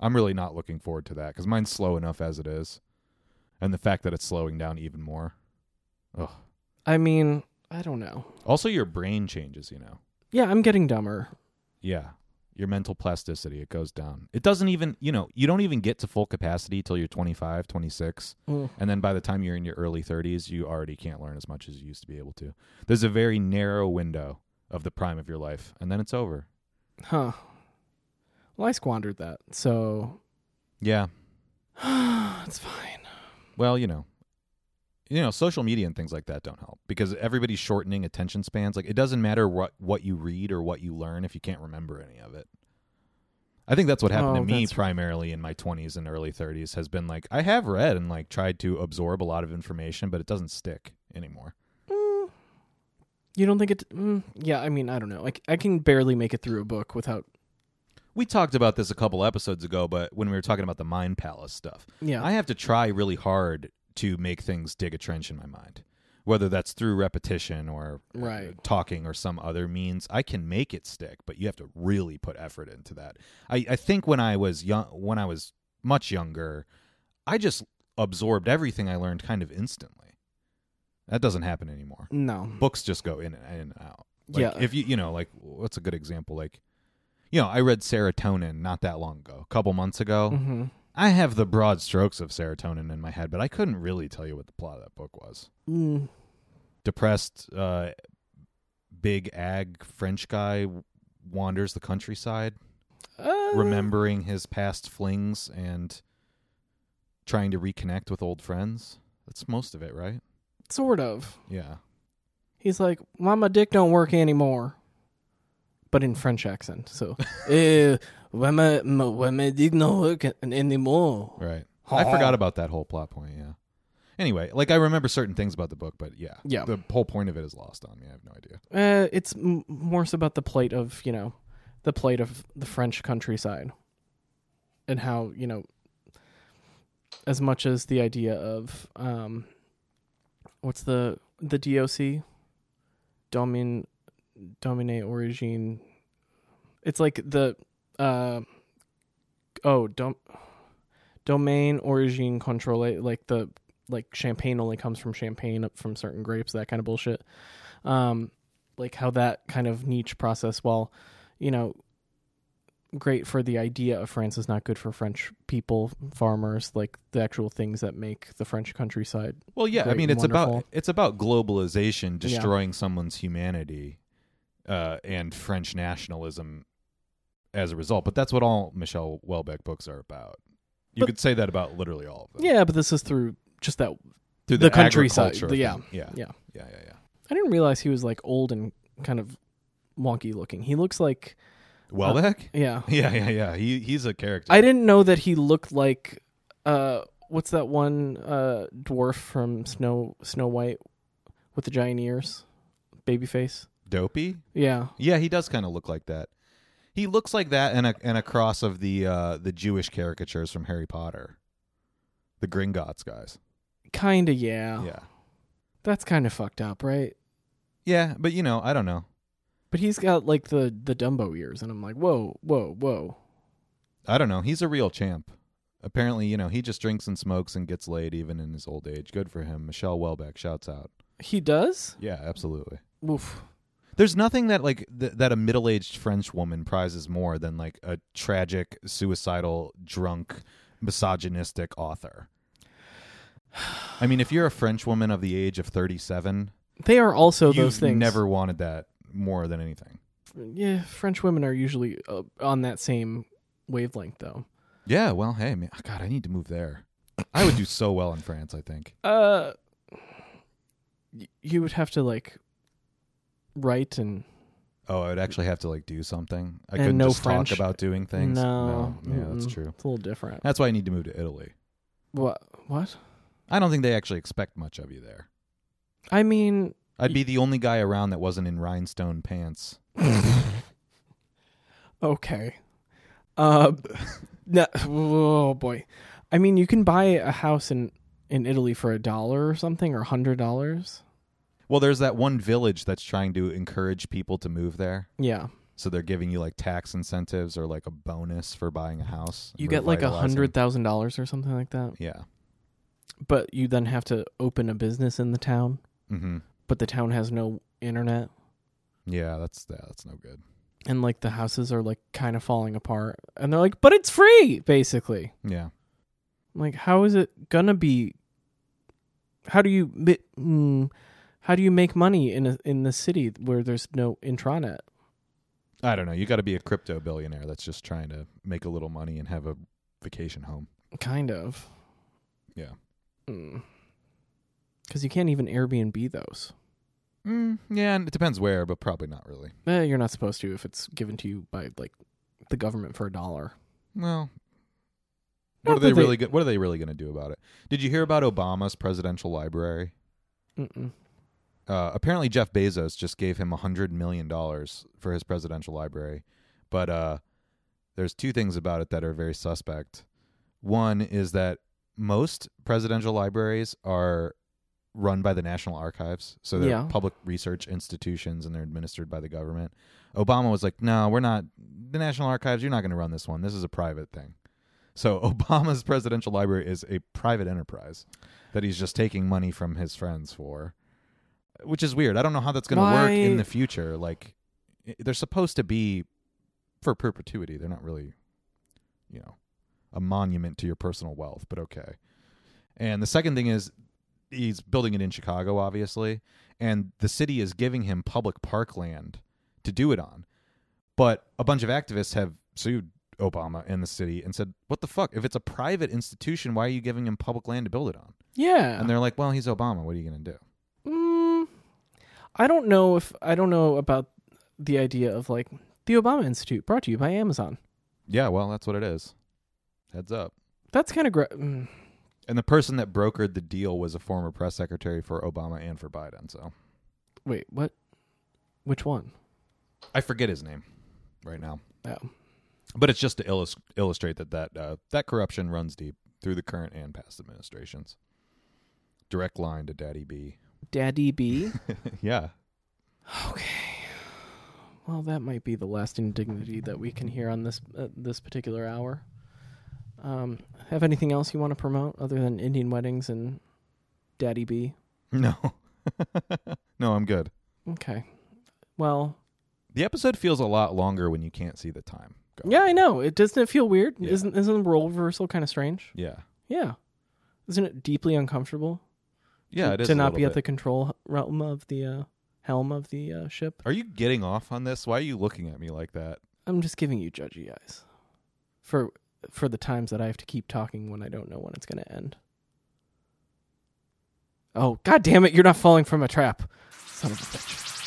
A: I'm really not looking forward to that because mine's slow enough as it is, and the fact that it's slowing down even more. Ugh.
B: I mean, I don't know.
A: Also, your brain changes. You know,
B: Yeah, I'm getting dumber.
A: yeah, your mental plasticity it goes down. It doesn't even you know you don't even get to full capacity till you're 25, 26,
B: Mm.
A: and then by the time you're in your early 30s, you already can't learn as much as you used to be able to. There's a very narrow window of the prime of your life, and then it's over.
B: Huh. Well, I squandered that, so
A: Yeah,
B: it's fine.
A: Well, you know, you know, social media and things like that don't help because everybody's shortening attention spans. Like, it doesn't matter what what you read or what you learn if you can't remember any of it. I think that's what happened
B: Oh,
A: to me
B: that's-
A: primarily in my 20s and early 30s has been like I have read and like tried to absorb a lot of information, but it doesn't stick anymore.
B: Mm. You don't think it? Mm, yeah, I mean, I don't know. Like, I can barely make it through a book without.
A: We talked about this a couple episodes ago, but when we were talking about the Mind Palace stuff,
B: Yeah,
A: I have to try really hard to make things dig a trench in my mind, whether that's through repetition or uh,
B: Right.
A: talking or some other means. I can make it stick, but you have to really put effort into that. I, I think when I was young, when I was much younger, I just absorbed everything I learned kind of instantly. That doesn't happen anymore.
B: no.
A: Books just go in and, in and out. Like,
B: Yeah.
A: If you you know like what's a good example like. You know, I read Serotonin not that long ago, a couple months ago.
B: hmm
A: I have the broad strokes of serotonin in my head, but I couldn't really tell you what the plot of that book was.
B: Mm.
A: Depressed, uh, big ag French guy wanders the countryside,
B: Uh,
A: remembering his past flings and trying to reconnect with old friends. That's most of it, right?
B: Uh, Sort of.
A: Yeah.
B: He's like, "Why my dick don't work anymore?" But in French accent. So, eh, why my, my why my dick don't work an- anymore?
A: Right. I forgot about that whole plot point, yeah. Anyway, like I remember certain things about the book, but yeah,
B: Yeah.
A: the whole point of it is lost on me. I have no idea.
B: Uh, it's m- more so about the plight of you know, the plight of the French countryside, and how you know, as much as the idea of um, what's the the DOC, Domin, Domine Origine. It's like the uh, oh dom, domain origine controle like the like champagne only comes from champagne from certain grapes that kind of bullshit um, like how that kind of niche process, while you know, great for the idea of France, is not good for French people, farmers, like the actual things that make the French countryside.
A: Well, yeah, I
B: Great
A: mean,
B: and
A: it's about
B: wonderful.
A: it's about globalization destroying someone's humanity, uh, and French nationalism as a result. But that's what all Michelle Welbeck books are about. You
B: But-
A: could say that about literally all of them.
B: Yeah, but this is through just that.
A: Through
B: the countryside,
A: agriculture
B: the- yeah,
A: thing. yeah,
B: yeah.
A: yeah, yeah, yeah.
B: I didn't realize he was like old and kind of wonky looking. He looks like
A: Welbeck.
B: yeah.
A: yeah, yeah, yeah. He he's a character.
B: Uh, I didn't know that he looked like uh, what's that one uh dwarf from Snow Snow White with the giant ears, baby face.
A: Dopey.
B: Yeah,
A: Yeah, he does kind of look like that. He looks like that and a and a cross of the uh, the Jewish caricatures from Harry Potter, the Gringotts guys.
B: kinda yeah.
A: Yeah,
B: That's kind of fucked up, right?
A: yeah, but you know, I don't know.
B: But he's got like the the Dumbo ears, and I'm like, whoa, whoa, whoa.
A: I don't know. He's a real champ. Apparently, you know, he just drinks and smokes and gets laid even in his old age. Good for him. Michelle Welbeck shouts out.
B: He does.
A: Yeah, absolutely.
B: Oof.
A: There's nothing that like th- that a middle-aged French woman prizes more than like a tragic, suicidal, drunk, misogynistic author. I mean, if you're a French woman of the age of 37,
B: They are also
A: you've
B: those things.
A: never wanted that more than anything.
B: Yeah, French women are usually uh, on that same wavelength, though.
A: Yeah, well, hey, man, God, I need to move there. I would do so well in France, I think.
B: Uh, y- you would have to like write and
A: Oh, I would actually have to like do something. I
B: And
A: couldn't
B: no
A: just
B: French.
A: talk about doing things.
B: No,
A: yeah, that's
B: mm-mm.
A: true.
B: It's a little different.
A: That's why I need to move to Italy.
B: What? What?
A: I don't think they actually expect much of you there.
B: I mean,
A: I'd be the only guy around that wasn't in rhinestone pants.
B: Okay. Uh, no, oh boy. I mean, you can buy a house in in Italy for a dollar or something, or hundred dollars.
A: Well, there's that one village that's trying to encourage people to move there.
B: Yeah,
A: So they're giving you like tax incentives or like a bonus for buying a house. and
B: you get like a
A: revitalizing.
B: hundred thousand dollars or something like that.
A: Yeah.
B: But you then have to open a business in the town,
A: Mm-hmm.
B: but the town has no internet,
A: Yeah, that's yeah, that's no good.
B: and like the houses are like kind of falling apart, and they're like, "But it's free," basically.
A: Yeah.
B: I'm like, how is it gonna be? How do you mi- mm, how do you make money in a, in the city where there's no intranet?
A: I don't know. You got to be a crypto billionaire that's just trying to make a little money and have a vacation home.
B: Kind of.
A: Yeah.
B: Because you can't even Airbnb those.
A: Mm, yeah, and it depends where, but probably not really.
B: Eh, you're not supposed to if it's given to you by like the government for a dollar.
A: Well,
B: Not
A: what are they
B: that they-
A: really? Go- what are they really going to do about it? Did you hear about Obama's presidential library?
B: Mm-mm.
A: Uh, apparently, Jeff Bezos just gave him a hundred million dollars for his presidential library, but uh, there's two things about it that are very suspect. One is that most presidential libraries are run by the National Archives, so they're
B: Yeah.
A: public research institutions and they're administered by the government. Obama was like, "No, we're not the National Archives. You're not going to run this one. This is a private thing." So Obama's presidential library is a private enterprise that he's just taking money from his friends for, which is weird. I don't know how that's going to work
B: Why-
A: in the future. Like, i- they're supposed to be for perpetuity. They're not really, you know, a monument to your personal wealth, but okay. And the second thing is he's building it in Chicago, obviously, and the city is giving him public parkland to do it on. But a bunch of activists have sued Obama and the city and said, What the fuck? If it's a private institution, why are you giving him public land to build it on?
B: Yeah.
A: And they're like, Well, he's Obama. What are you going to do?
B: mm, I don't know if I don't know about the idea of like the Obama Institute brought to you by Amazon.
A: Yeah, well, that's what it is. Heads up.
B: That's kind of gr- mm,
A: And the person that brokered the deal was a former press secretary for Obama and for Biden. So
B: Wait, what? Which one?
A: I forget his name right now,
B: Oh,
A: but it's just to illus- illustrate that that uh, that corruption runs deep through the current and past administrations. Direct line to Daddy B.
B: Daddy B.
A: yeah,
B: okay. Well, that might be the last indignity that we can hear on this uh, this particular hour. Um, have anything else you want to promote other than Indian weddings and Daddy B?
A: no, no, I'm good.
B: Okay. Well,
A: The episode feels a lot longer when you can't see the time. Go.
B: yeah, I know. It doesn't it feel weird?
A: Yeah.
B: Isn't isn't the role reversal kind of strange?
A: yeah,
B: Yeah. Isn't it deeply uncomfortable?
A: yeah.
B: to,
A: It is
B: to
A: a
B: not
A: little
B: be at the
A: bit.
B: control realm of the uh, helm of the uh, ship.
A: Are you getting off on this? Why are you looking at me like that?
B: I'm just giving you judgy eyes for for the times that I have to keep talking when I don't know when it's going to end. Oh, god damn it, you're not falling from a trap. Son of a bitch.